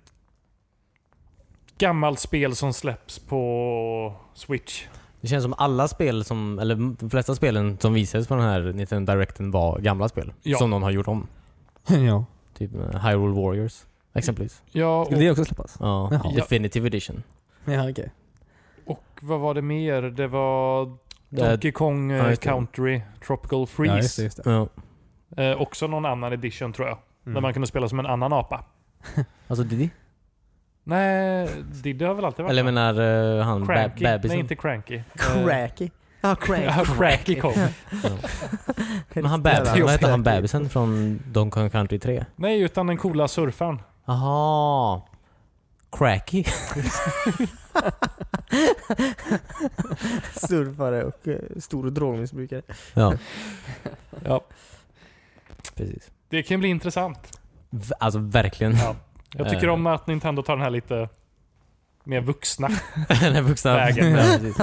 S1: gammalt spel som släpps på Switch.
S3: Det känns som alla spel som, eller de flesta spelen som visades på den här Nintendo Directen var gamla spel.
S1: Ja.
S3: Som någon har gjort om.
S2: ja.
S3: Typ eh, Hyrule Warriors, exempelvis.
S1: Ja, och,
S2: Skulle det också släppas?
S3: Ja,
S2: Jaha.
S3: Definitive Edition.
S2: Ja, okej.
S1: och vad var det mer? Det var
S3: Det-
S1: Donkey Kong eh,
S3: ja, just det.
S1: Country Tropical
S2: Ja, just det,
S1: Freeze.
S2: just det.
S3: Ja.
S1: eh, också någon annan edition tror jag. Där
S2: Mm.
S1: man kunde spela som en annan apa.
S3: Alltså Diddy?
S1: Nej, Diddy har väl alltid varit
S3: Eller jag
S1: med.
S3: menar eh, han ba-
S1: Cranky. Nej,
S3: bebisen.
S1: inte Cranky.
S4: Cracky. Ja, ah, crank.
S1: Ja, Cranky kom.
S3: Men han bebisen,
S1: Just
S3: vad hette
S1: det.
S3: han bebisen från Donkey Kong Country 3?
S1: Nej, utan den coola surfaren.
S3: Aha. Cracky.
S4: Surfare och eh, stor drogmissbrukare.
S3: Ja,
S1: Ja.
S3: precis.
S1: Det kan bli intressant.
S3: V- alltså verkligen.
S1: Ja. Jag tycker
S3: Eh.
S1: om att Nintendo tar den här lite mer vuxna.
S3: Den vuxna
S1: Vägen.
S3: Ja, precis.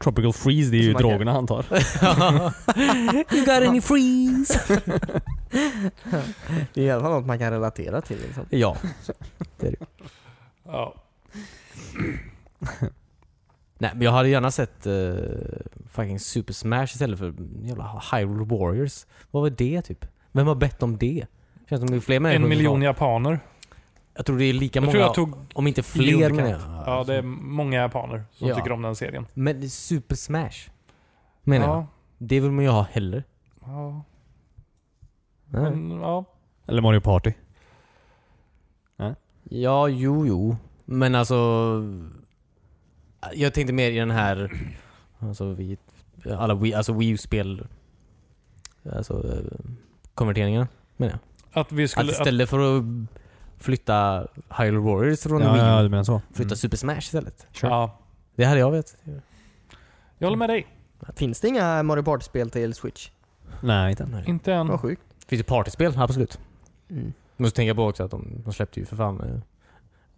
S2: Tropical Freeze, det är ju
S4: Som man kan-
S2: drogerna han tar.
S3: you got any freeze?
S4: Det är i alla fall något man kan relatera till. Liksom.
S3: Ja.
S1: Ja.
S3: Nej, men jag hade gärna sett eh, fucking Super Smash istället för jävla Hyrule Warriors. Vad var det typ? Vem har bett om det? Känns som det är fler människor
S1: En
S3: som-
S1: miljon japaner.
S3: Jag tror det är lika
S1: Jag
S3: många,
S1: tror jag tog...
S3: om inte fler
S1: miljoner
S3: kan jag.
S1: knäpp. Ja, det är många japaner som
S3: Ja.
S1: tycker om den serien.
S3: Men det är Super Smash. Menar jag.
S1: ja.
S3: Det vill man ju ha heller.
S1: Ja.
S3: Nej.
S1: Men, ja.
S2: Eller Mario Party.
S3: Ja, jo, jo. Men alltså... Jag tänkte mer i den här... Alltså, vi, alla Wii, alltså Wii U-spel... Alltså, eh, konverteringarna, menar jag.
S1: Att vi
S3: Att
S1: skulle... Att
S3: istället för att flytta Hyrule Warriors från
S2: Ja,
S3: Wii U,
S2: ja, Mm. du menar så.
S3: flytta Super Smash istället.
S1: ja.
S3: Det hade jag vet.
S1: Jag håller med dig.
S4: Finns det inga Mario Party-spel till Switch?
S2: Nej, inte än.
S3: Det
S1: Inte än.
S4: Vad sjukt.
S3: finns ju partyspel, absolut.
S4: Mm.
S3: Måste tänka på också att de, de släppte ju för fan eh,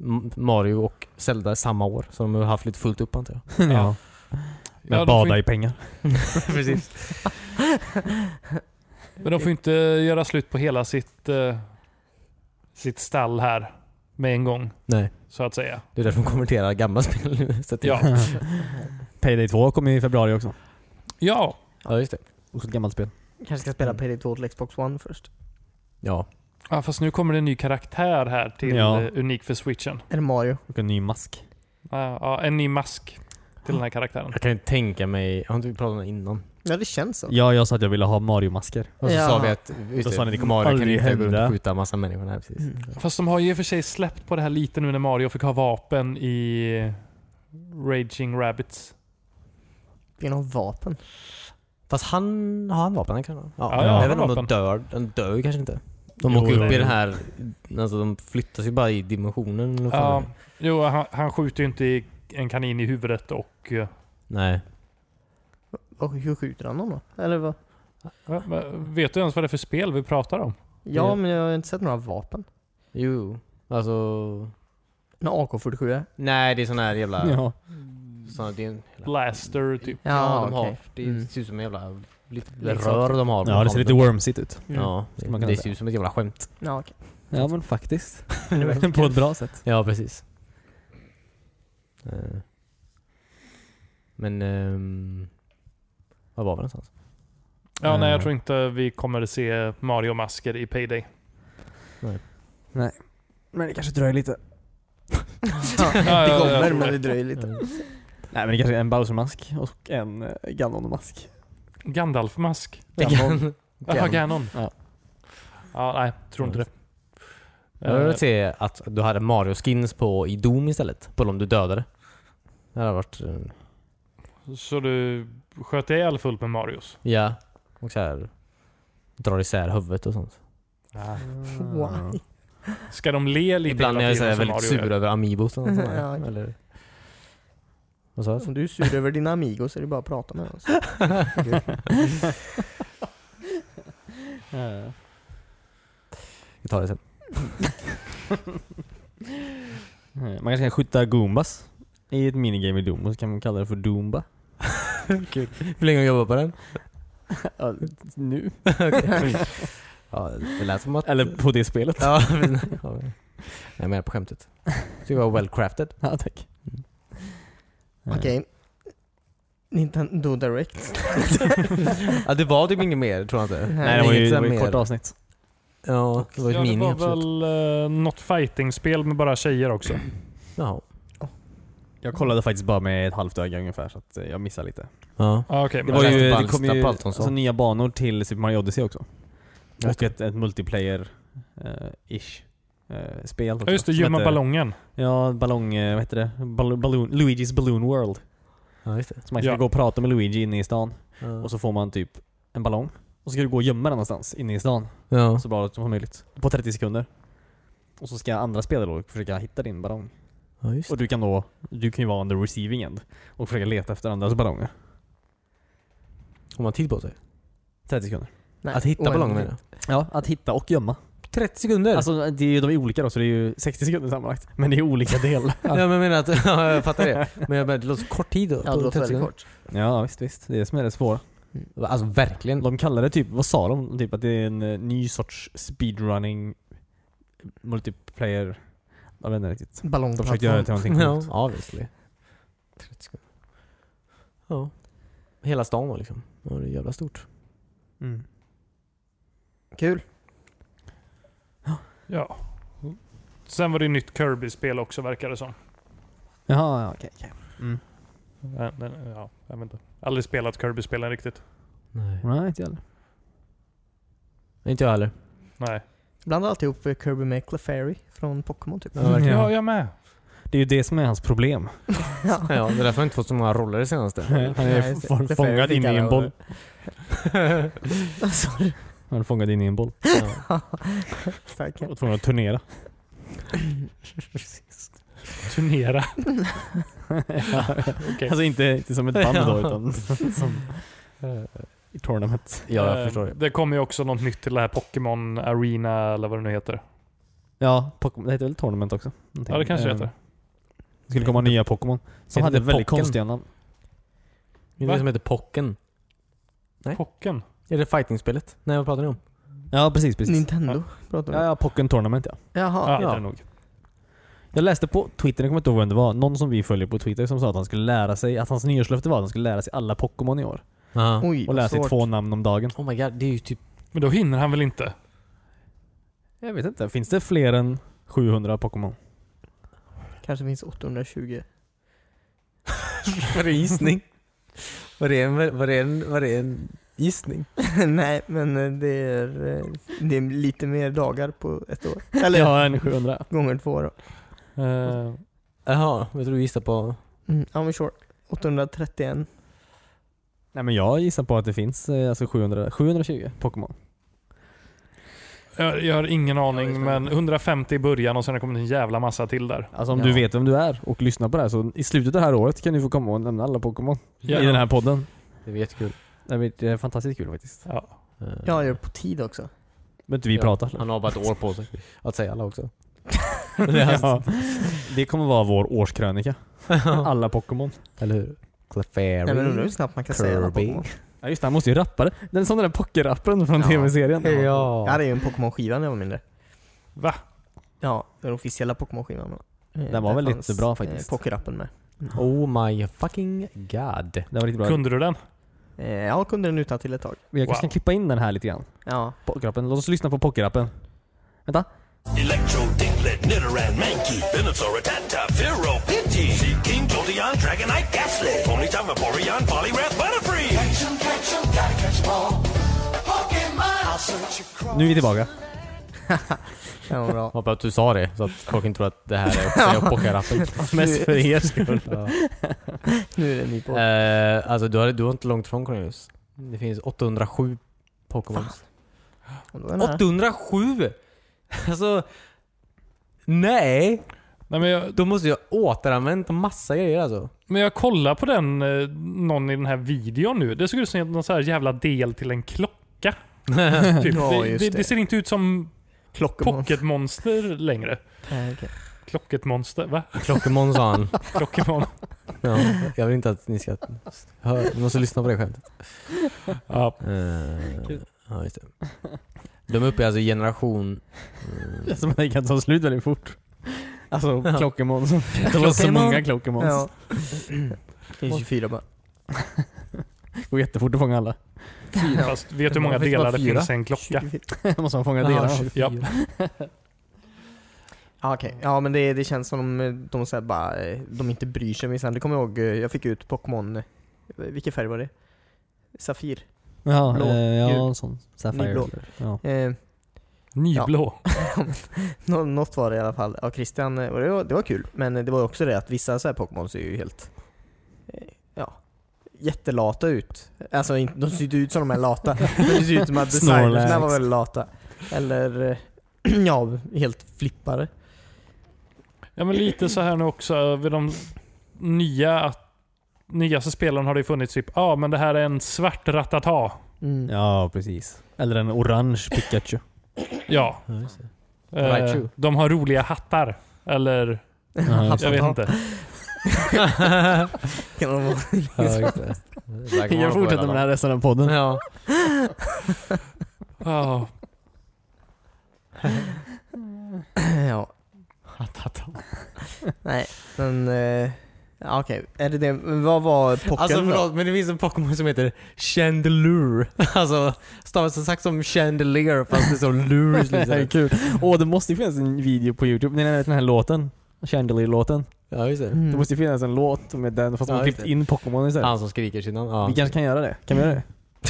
S3: M- Mario och Zelda samma år, så de har haft lite fullt upp antar jag.
S2: ja.
S1: Ja, de
S2: Men
S1: får
S2: bada
S1: inte-
S2: i pengar.
S3: Precis.
S1: Men de får inte göra slut på hela sitt, eh, sitt stall här med en gång,
S3: Nej,
S1: så att säga.
S3: det är därför de konverterar gamla spel nu. Så att det-
S1: Ja,
S2: Payday 2 kommer ju i februari också.
S1: ja
S3: ja, just det.
S2: Också ett gammalt spel.
S4: Kanske ska spela PD2 till Xbox One först.
S3: Ja.
S1: Ja, fast nu kommer det en ny karaktär här till
S2: Ja.
S1: eh, unik för switchen.
S4: Eller Mario.
S2: Och en ny mask.
S1: Ja, ja, en ny mask till den här karaktären.
S3: Jag kan inte tänka mig, har inte vi pratat om det innan?
S4: Ja, det känns så.
S2: Ja, jag sa att jag ville ha Mario-masker.
S3: Och så
S4: Ja.
S3: sa vi att just
S2: Då sa ni, det kommer
S3: Mario kan
S2: aldrig
S3: inte gå runt och
S2: hända.
S3: skjuta massa människor. Nej, precis.
S4: Mm.
S1: Fast de har ju i och för sig släppt på det här lite nu när Mario fick ha vapen i Raging Rabbits.
S4: Vill ha vapen?
S3: Fast han har han vapen? Han kan ha.
S1: Ja, ja, han
S3: jag vet inte
S1: har
S3: om de
S1: vapen.
S3: dör. De dör ju kanske inte. De
S2: Jo,
S3: åker
S2: jo,
S3: upp i
S2: jo.
S3: den här... Alltså de flyttas ju bara i dimensionen. eller vad
S1: Ja,
S3: fan det är.
S1: jo, han, han skjuter ju inte i en kanin i huvudet och... eh,
S3: Nej.
S4: Och hur skjuter han dem då? Eller vad?
S1: va- va- Vet du ens vad det är för spel vi pratar om?
S4: Ja,
S3: Ja.
S4: men jag har inte sett några vapen.
S3: Jo. Alltså...
S4: En AK47 är.
S3: Nej, det är sån här jävla...
S2: Ja.
S3: Sån, det är en, jävla-
S1: Blaster, typ.
S4: Ja,
S3: de
S4: okej.
S3: har... Det
S4: Mm.
S3: ser ut som en jävla... Lite
S4: Leksak.
S3: rör de har.
S2: Ja, det ser lite wormsigt ut.
S4: Mm.
S3: Ja, det,
S2: Skulle man kunna
S3: det
S2: säga.
S3: ser ut som ett jävla skämt.
S4: Ja, okej.
S2: Ja, men faktiskt. På ett bra sätt.
S3: Ja, precis. Eh. Men... ehm, Var var vi någonstans?
S1: Ja, nej, jag
S2: Eh.
S1: tror inte vi kommer att se Mario-masker i Payday.
S2: Men det kanske dröjer lite.
S1: Ja,
S4: det
S1: ja, jag
S4: kommer,
S1: tror
S4: men
S1: det.
S4: det dröjer lite.
S2: Nej, men det kanske är en Bowser-mask och en eh, Ganon-mask.
S1: Gandalf-mask.
S4: Ganon.
S1: Jaha, Ganon.
S2: Ja.
S1: Ja, nej, tror inte det.
S3: Jag hade
S1: Eh,
S3: velat se att du hade Mario-skins på i Doom istället. På de du dödade. Det hade varit... eh,
S1: Så du sköt ihjäl fullt med Marios?
S3: Ja. Och så här drar isär huvudet och sånt.
S4: Why?
S1: Ska de le lite
S3: Ibland är
S1: hela
S3: jag så
S1: tiden
S3: här
S1: som Mario
S3: väldigt sur
S1: gör?
S3: över Amiibos och sånt.
S4: Ja,
S3: där.
S4: okej.
S3: Eller Vad sa du?
S4: Om du är sur över dina amigos så är det bara att prata med oss.
S2: Ja. Vi tar det sen. man kanske kan skjuta Goombas i ett minigame i Doom och så kan man kalla det för Doomba.
S3: Hur länge har du jobbat på den?
S2: nu?
S3: Ja, det lät som att...
S2: Eller på det spelet.
S3: Ja, men- ja, men- jag menar på skämtet. Det var well crafted.
S2: Ja, tack.
S4: Okej. Nintendo Direct.
S3: Ja, det var typ inget mer tror jag inte.
S2: Nej, det var ju,
S3: Inget
S2: det var ju
S3: mer.
S2: ett kort avsnitt.
S3: Ja, det var ett
S1: ja, det
S3: mini
S1: var
S3: absolut.
S1: väl uh, något fighting-spel med bara tjejer också.
S3: Mm. Jaha.
S2: Jag kollade faktiskt bara med ett halvt öga ungefär så att eh, jag missade lite.
S3: Ja.
S1: Ja, okej,
S2: Det
S1: men
S2: var
S3: läste
S2: ju,
S3: på
S2: det kom ju
S3: Alsta Paltonsson.
S2: alltså, nya banor till Super Mario Odyssey också.
S3: Just
S2: Och ett, ett multiplayer-ish eh, spel också.
S1: Ja, just det,
S2: som
S1: gömma
S2: heter-
S1: ballongen.
S2: Ja, ballong... eh, Vad heter det? Ball- Balloon, Luigi's Balloon World.
S3: Ja, just det.
S2: Så man ska
S1: Ja.
S2: gå och prata med Luigi inne i stan.
S3: Ja.
S2: Och så får man typ en ballong. Och så ska du gå och gömma den någonstans inne i stan.
S3: Ja.
S2: Så bra som möjligt. På 30 sekunder. Och så ska andra spelare då försöka hitta din ballong.
S3: ja, just det.
S2: Och du kan då... Du kan ju vara under receiving end. Och försöka leta efter andras ballonger.
S3: Har man tid på sig?
S2: 30 sekunder.
S4: Nej,
S3: Att hitta ballongen menar
S4: oändligt.
S3: jag.
S2: Ja, att hitta och gömma.
S3: 30 sekunder?
S2: Alltså det är ju, de är olika då så det är ju 60 sekunder sammanlagt. Men det är olika delar.
S3: ja, men jag menar att... Ja, jag fattar det. Men jag menar, det låter så kort tid då.
S4: Ja, det låter väldigt kort.
S2: ja visst, visst. Det är det som är det svåra.
S1: Mm.
S3: Alltså verkligen.
S2: De kallar det typ, vad sa de? Typ att det är en eh, ny sorts speedrunning multiplayer. Jag vet inte riktigt. De försökte göra det till någonting
S4: Ballongplattform.
S3: Ja,
S2: coolt.
S3: obviously. 30 sekunder. Ja. Hela stan var liksom. Ja, det är jävla stort.
S2: Mm.
S4: Kul.
S1: Ja. Sen var det ju nytt Kirby-spel också verkar det som.
S2: Jaha, ja, okej. okej. Mm.
S1: Ja, den- Äh, ja, jag vet inte. Aldrig spelat Kirby-spelen riktigt.
S3: Nej.
S2: Nej, inte jag heller.
S3: Inte jag heller.
S1: Nej.
S4: Blanda alltid ihop eh, Kirby med Clefairy från Pokémon typ.
S3: Ja, verkligen.
S1: Ja, jag med.
S2: Det är ju det som är hans problem.
S4: Ja.
S3: Ja, det är därför jag inte fått så många roller det senaste.
S2: Han är
S4: Nej, just det.
S2: f-
S4: Det
S2: fångad
S4: fick
S2: in i
S4: alla
S2: en boll.
S4: Sorry.
S2: Han är fångad in i en boll.
S4: Stackarn.
S2: Och tvungen att turnera.
S1: Turnera.
S2: Alltså inte, inte som ett band då
S3: Ja.
S2: utan som eh, i tournament.
S3: Ja, jag
S1: Eh,
S3: förstår det.
S1: Det kommer ju också något nytt till det här Pokémon Arena eller vad det nu heter.
S2: Ja, Pokémon. Det heter väl tournament också? Någonting.
S1: Ja, det kanske det
S2: Eh,
S1: heter.
S2: Det skulle komma nya Pokémon. Som
S3: Heter
S2: hade
S3: det
S2: väldigt
S3: Pocken?
S2: konstiga namn.
S3: Det är
S1: Va?
S3: det som heter Pocken. nej.
S1: Pocken.
S3: Är det fightingspelet? Nej, vad pratar ni om?
S2: Ja, precis. precis.
S4: Nintendo pratar vi
S2: Ja,
S4: om.
S2: ja, Pocken Tournament ja.
S4: Jaha.
S1: Ja.
S2: Heter det nog. Jag läste på Twitter, jag kommer inte ihåg vem det var, någon som vi följer på Twitter som sa att han skulle lära sig, att hans nyårslöfte var att han skulle lära sig alla Pokémon i år.
S3: Ja.
S4: Oj,
S2: Och
S4: vad
S2: lära sig
S4: svårt.
S2: två namn om dagen.
S3: Oh my god, det är ju typ...
S1: Men då hinner han väl inte?
S2: Jag vet inte, finns det fler än 700 Pokémon?
S4: Kanske finns 820.
S3: Vad är gissning? Var det en, var det en, var det en gissning?
S4: Nej, men eh, det är, eh, det är lite mer dagar på ett år. Eller
S2: Eller ja, en 700.
S4: gånger två då.
S1: Eh,
S3: Jaha, jag tror du gissade på...
S4: Mm, ja men sure. 831.
S2: Nej men jag gissar på att det finns eh, alltså 700, 720 Pokémon.
S1: jag, jag har ingen
S3: Ja, det
S1: aning,
S3: är
S1: men 150 i början och sen har det kommit en jävla massa till där.
S2: Alltså om
S4: Ja.
S2: du vet vem du är och lyssnar på det här så i slutet av det här året kan du få komma och nämna alla Pokémon.
S1: Ja.
S2: I den här podden.
S3: Det var jättekul.
S2: Det blir- Det är fantastiskt kul faktiskt.
S1: Ja.
S3: Eh,
S4: Ja, jag är på tid också.
S2: Men inte vi
S3: ja,
S2: pratar.
S3: Han har bara ett år på sig att säga alla också.
S2: Ja. Det kommer vara vår årskrönika. Alla Pokémon.
S3: Eller hur?
S4: Nej men undrar
S3: Clefairy.
S4: hur snabbt man kan säga alla
S3: Kirby.
S4: Pokémon.
S2: Ja just det, han måste ju rappa det. Den som den där pockerappen från
S4: Ja.
S2: tv-serien.
S4: Ja det är ju en Pokémon-skiva när jag var mindre.
S1: Va?
S4: Ja, den officiella Pokémon-skivan. då. Eh,
S2: Den var
S4: där
S2: väldigt
S4: fanns,
S2: bra faktiskt.
S4: eh, Pokérappen med.
S3: Oh my fucking god.
S2: Det var riktigt bra.
S1: Kunde du den?
S4: Eh, jag kunde den utan till ett tag.
S2: Vi kanske kan
S1: Wow.
S2: klippa in den här lite grann.
S4: Ja.
S2: Pockerappen. Låt oss lyssna på pockerappen. Vänta.
S5: Electro, Diglett, Nidoran, Mankey, Venusaur, Rattata, Firo, Pidgey, Seeking, Jolteon, Dragonite, Ghastly, Ponyta, Vaporeon, Poliwrath, Butterfree!
S6: Catch 'em, catch 'em, gotta catch 'em all. Pokemon, I'll search across.
S2: Nu är vi tillbaka.
S4: Den var bra.
S3: Hoppas att du sa det så att folk inte tror att det här är också jag pockerappen.
S2: Mest för er skull.
S4: nu är den ny på.
S3: Eh, alltså du har, du har inte långt från Cornelius. Det finns 807 Pokémon.
S4: Och då är den här.
S3: 807! Alltså... Nej!
S1: Nej, men, jag,
S3: Då måste jag återanvänt massa grejer alltså.
S1: men jag kollar på den, eh, någon i den här videon nu. Det såg ut som någon så här jävla del till en klocka. typ.
S4: Ja,
S1: det,
S4: just
S1: det,
S4: det.
S1: det ser inte ut som
S4: Klockan.
S1: pocketmonster längre.
S4: Nej, Eh, okej.
S1: Klocketmonster? Va?
S3: Klockemån sa han.
S1: Klockemon.
S3: Ja, jag vill inte att ni ska höra. Ni måste lyssna på det skämtet.
S1: ja.
S3: Eh, ja, just det. De är uppe i alltså generation...
S2: Det är som att det kan ta slut väldigt fort. Alltså
S3: Ja.
S2: Klockermon. Det var så
S4: Klockermon.
S2: många Klockermons.
S4: Ja. Finns 24 bara.
S2: Det går jättefort att fånga alla.
S1: Fast vet du hur många
S3: Det finns bara
S1: delar det
S3: fyra.
S1: finns i en klocka?
S2: Måste man fånga delar av.
S1: Ja.
S4: Ja, okej.
S2: Mm.
S4: Ja men det, det känns som de, de så här bara, eh, de inte bryr sig. Men sen, det kommer jag ihåg, eh, jag fick ut Pokémon, eh, vilken färg var det? Safir.
S2: Ja,
S4: Blå,
S2: eh, ja
S4: gul.
S2: sån. Sapphire.
S4: Nyblå.
S2: Ja.
S4: Eh,
S1: Nyblå.
S4: nå- något var det i alla fall. Ja, Christian, eh, och det var, det var kul. Men eh, det var också det att vissa så här Pokémon ser ju helt, eh, ja, jättelata ut. Alltså inte- de ser inte ut som de är lata. Men det ser ut som att designersna
S2: Snorlax.
S4: var väldigt lata. Eller, eh, ja, helt flippade.
S1: Ja men lite så här nu också över de nya att nyaste spelen har det ju funnits typ, ja ah, men det här är en svart ratata.
S4: Mm.
S2: ja, precis. Eller en orange Pikachu.
S1: Ja.
S3: Ja, just det.
S1: Eh,
S3: Raichu.
S1: de har roliga hattar. Eller,
S2: Ja, just
S1: jag
S2: det.
S1: vet inte.
S4: Kan de vara-
S3: Ja, just det. Där
S2: Vi
S3: kan man
S2: kan
S3: hålla på
S2: fortsätta
S3: hela
S2: med den här
S3: dagen.
S2: resten av podden.
S3: Ja.
S1: Ja.
S4: ja. Nej, men... Eh, ja, Okej, är det det? men Vad var pocken
S3: Alltså
S4: då?
S3: förlåt, men det finns en Pokémon som heter Chandelure. Alltså, stavas exakt som Chandelier fast det är så lures
S2: det här är
S3: liksom.
S2: kul. Åh, det måste ju finnas en video på youtube. Ni vet den här låten? Chandelier-låten.
S3: Ja, just det.
S4: Mm.
S2: Det måste ju finnas en låt med den fast de
S3: Ja,
S2: har
S3: just
S2: klippt
S3: det.
S2: in Pokémon istället.
S3: Han som skriker sitt namn. Ja.
S2: Vi kanske kan göra det? Kan vi göra det?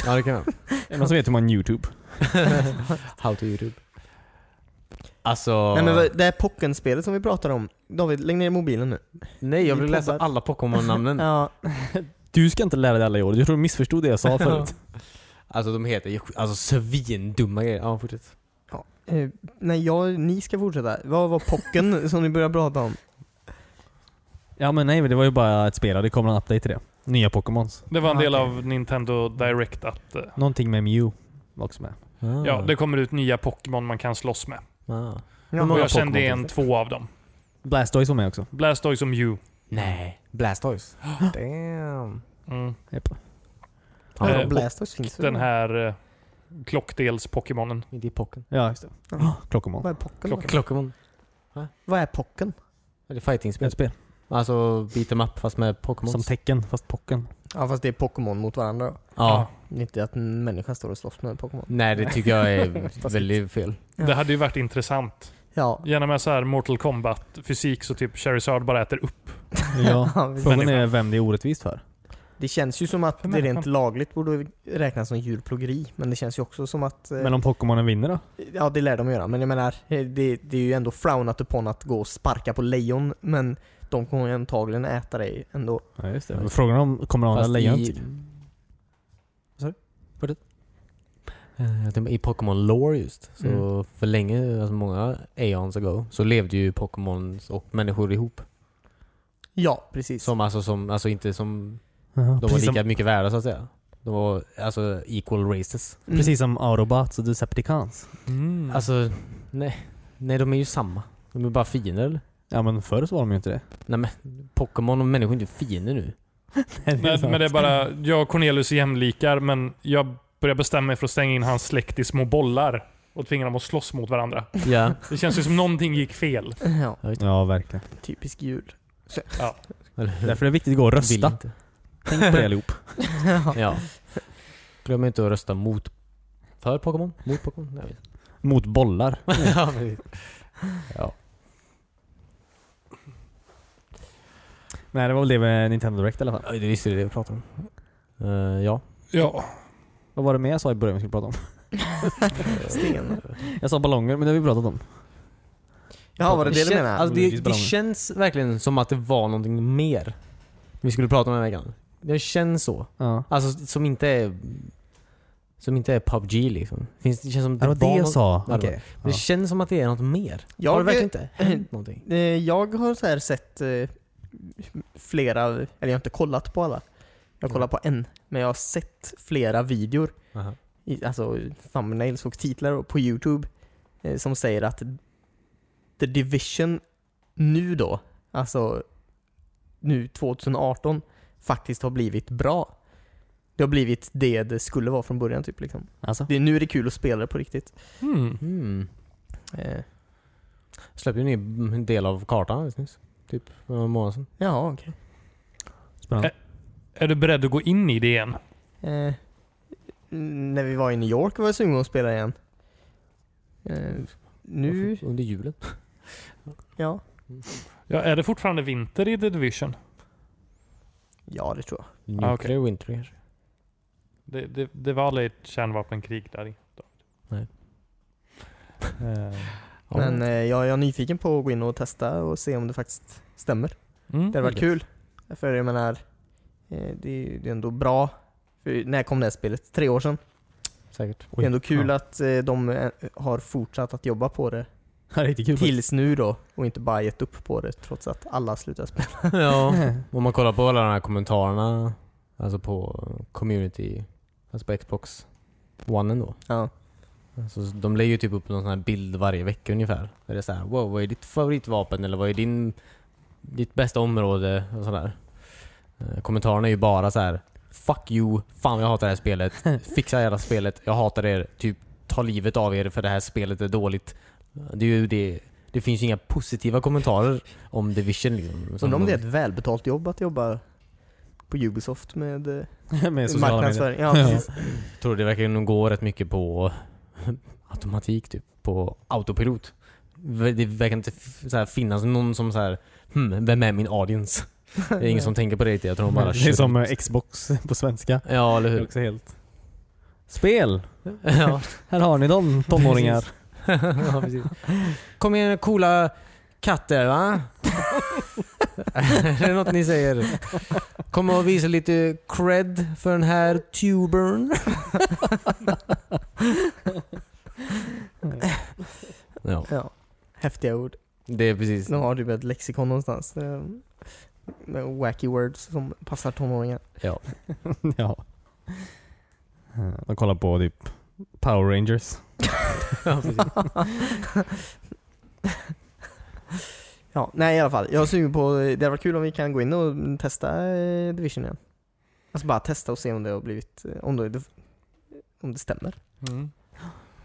S3: ja, det kan jag.
S2: Är det någon som vet hur man youtube?
S3: How to YouTube. Alltså...
S4: Nej men vad- det här pockenspelet som vi pratade om. David, lägg ner mobilen nu.
S3: nej, jag
S4: vi
S3: vill läsa
S4: poddar.
S3: alla Pokémon-namnen.
S4: Ja,
S2: Du ska inte lära dig alla i år. Jag tror du missförstod det jag sa förut.
S3: Alltså de heter ju- alltså, svindumma grejer. Ja, fortsätt.
S4: eh, nej, jag, ni ska fortsätta. Vad var pocken som ni började prata om?
S2: ja men nej, men det var ju bara ett spel. Det kommer en update till det. Nya Pokémons.
S1: Det var en
S4: Ja,
S1: del
S4: okej.
S1: av Nintendo Direct att eh,
S2: Någonting med Mew var också med.
S4: Ah.
S3: Mm.
S1: ja, det kommer ut nya Pokémon man kan slåss med.
S3: Ah.
S4: Ja,
S1: Och
S3: många
S1: jag kände
S3: Pokémon
S1: igen
S3: finns
S1: två av dem.
S2: Blastoise var med också.
S1: Blastoise som Mew.
S3: Nej. Blastoise. Damn.
S1: Mm.
S2: Japp.
S3: Han var
S1: Eh,
S4: Blastoise finns väl?
S1: Den här eh, klockdels-Pokémonen.
S3: inte i Pocken.
S2: Ja, just det. Ah,
S4: Ja.
S2: Klockomon.
S4: Vad är pocken? då?
S3: Klockomon.
S4: Vad är pocken?
S3: Är det fightingspel?
S2: Ett spel.
S3: Alltså beat em up fast med Pokémon.
S2: Som tecken, fast Pocken.
S4: Ja fast det är Pokémon mot varandra då.
S3: ja.
S4: Inte att en människa står och slåss med en Pokémon.
S3: Nej, det tycker jag är väldigt fel.
S1: Det hade ju varit intressant.
S4: Ja.
S1: Gärna med så här Mortal Kombat-fysik så typ Charizard bara äter upp.
S2: Ja.
S4: Ja, visst.
S2: Frågan är vem det är orättvist för.
S4: Det känns ju som att det
S1: människan.
S4: rent lagligt borde räknas som djurplågeri. Men det känns ju också som att... eh,
S2: Men om Pokémonen vinner då?
S4: Ja det lär de göra, men jag menar eh, det, det är ju ändå frownat upon att gå och sparka på lejon men de kommer ju antagligen äta dig ändå.
S2: Ja, just det. Men Frågan om kommer de använda lejon till?
S3: Eh, jag tänkte- I Pokémon Lore just, så
S4: Mm.
S3: för länge, alltså många aeons ago, så levde ju Pokémons och människor ihop.
S4: Ja, precis.
S3: Som alltså, som, alltså inte som,
S2: Jaha,
S3: de var
S2: precis
S3: lika
S2: som-
S3: mycket värda så att säga. De var alltså equal races.
S4: Mm.
S2: Precis som Autobots och Decepticons.
S3: Alltså, nej. Nej, de är ju samma. De är bara fiender eller?
S2: Ja men förr så var de ju inte det.
S3: Nej men, Pokémon och människor är inte fiender nu.
S1: Nej, men det är bara, jag och Cornelius är jämlikar men jag börjar bestämma mig för att stänga in hans släkt i små bollar och tvinga dem att slåss mot varandra.
S3: Ja.
S1: Det känns ju som någonting gick fel.
S4: Ja,
S2: Ja verkligen.
S4: typisk djur.
S3: Eller hur?
S2: Därför är det viktigt att gå och
S3: Vill
S2: rösta.
S3: inte.
S2: Tänk på det allihop.
S3: Ja. Glöm inte att rösta mot... För Pokémon? Mot Pokémon? Nej, jag vet inte.
S2: Mot bollar.
S3: ja, precis. ja.
S2: Nej det var väl det med Nintendo Direct i alla fall.
S3: Ja, det visste det vi pratade om. Eh, ja.
S1: Ja.
S2: Vad var det mer jag sa i början vi skulle prata om?
S4: Sten.
S2: Jag sa ballonger, men det har vi pratat om.
S4: Ja, var det det du
S3: känns,
S4: menade?
S3: alltså, det,
S2: Givetvis
S3: det
S2: ballonger.
S3: känns verkligen som att det var någonting mer vi skulle prata om den här veckan. Det känns så.
S2: Ja.
S3: Alltså som inte är Som inte är PubG liksom. Finns, det känns som
S2: Det var det
S3: något-
S2: jag sa.
S3: Ja, det var-
S4: Okej.
S3: Det
S2: Ja.
S3: känns som att det är något mer.
S4: Jag-
S3: Har det verkligen inte hänt någonting?
S4: Eh, Jag har så här sett eh, flera, eller jag har inte kollat på alla. Jag kollar på en, men jag har sett flera videor,
S3: Aha.
S4: i, alltså thumbnails och titlar och på youtube eh, som säger att The Division nu då, alltså nu 2018, faktiskt har blivit bra. Det har blivit det det skulle vara från början typ liksom.
S2: Alltså.
S4: Det, nu är det kul att spela det på riktigt.
S1: Hmm.
S3: Mm.
S4: Eh,
S3: Släppte ju ni en del av kartan alldeles nyss? Typ för några månader sedan.
S4: ja, okej.
S2: Spännande.
S1: Är du beredd att gå in i det igen?
S4: Eh, när vi var i New York var jag sugen att spela igen. Eh, nu,
S3: Under julen.
S4: ja.
S1: Ja, är det fortfarande vinter i The Division?
S4: Ja, det tror jag.
S1: Ah, okej.
S3: Nuclear Winter kanske.
S1: Det, det, det var aldrig ett kärnvapenkrig där i.
S3: Nej.
S1: Eh,
S3: Ja.
S4: Men eh, jag jag är nyfiken på att gå in och testa och se om det faktiskt stämmer.
S1: mm.
S4: Det hade varit kul. För jag menar, eh, det är ju det är ändå bra. För när kom det här spelet? Tre år sedan?
S3: Säkert.
S4: det är ändå kul att eh, de eh, har fortsatt att jobba på det
S2: Ja, riktigt kul.
S4: tills nu då och inte bara gett upp på det trots att alla slutar spela.
S3: ja. Om man kollar på alla de här kommentarerna. Alltså på community. Alltså på Xbox One ändå.
S4: Ja.
S3: Alltså, de lägger ju typ upp någon sån här bild varje vecka ungefär. Där det är såhär, wow, vad är ditt favoritvapen? Eller vad är din, ditt bästa område? Och sådär. Eh, Kommentarerna är ju bara så här. Fuck you, fan jag hatar det här spelet. Fixa jävla spelet, jag hatar er. Typ, ta livet av er för det här spelet är dåligt. Det, är ju det, det finns ju inga positiva kommentarer om Division liksom.
S4: Undrar om det är
S3: de-
S4: ett välbetalt jobb att jobba på Ubisoft med eh,
S2: Med sociala medier.
S4: marknadsföring. Ja, precis.
S3: Jag tror det verkar nog gå rätt mycket på automatik typ. På autopilot. Det verkar inte f- så här finnas någon som så här, hmm, vem är min audience? Det är ingen som tänker på det riktigt. Jag tror de bara
S2: Det är som
S3: ut.
S2: eh, Xbox på svenska.
S3: Ja, eller
S2: Det är
S3: hur?
S2: också helt... Typ. Spel!
S3: ja.
S2: Här har ni dem, tonåringar.
S3: ja, precis. Kom igen coola katter va? är det något ni säger? Kom och visa lite cred för den här tubern. ja,
S4: Ja. Häftiga ord.
S3: det är precis.
S4: Nu har du ett lexikon någonstans. eh, Med wacky words som passar tonåringar.
S2: ja. Eh, De kollar på typ Power Rangers.
S4: Ja, nej i alla fall. Jag är sugen på, det hade varit kul om vi kan gå in och testa eh, Division igen. Alltså bara testa och se om det har blivit, eh, om det, om det stämmer.
S1: Mm.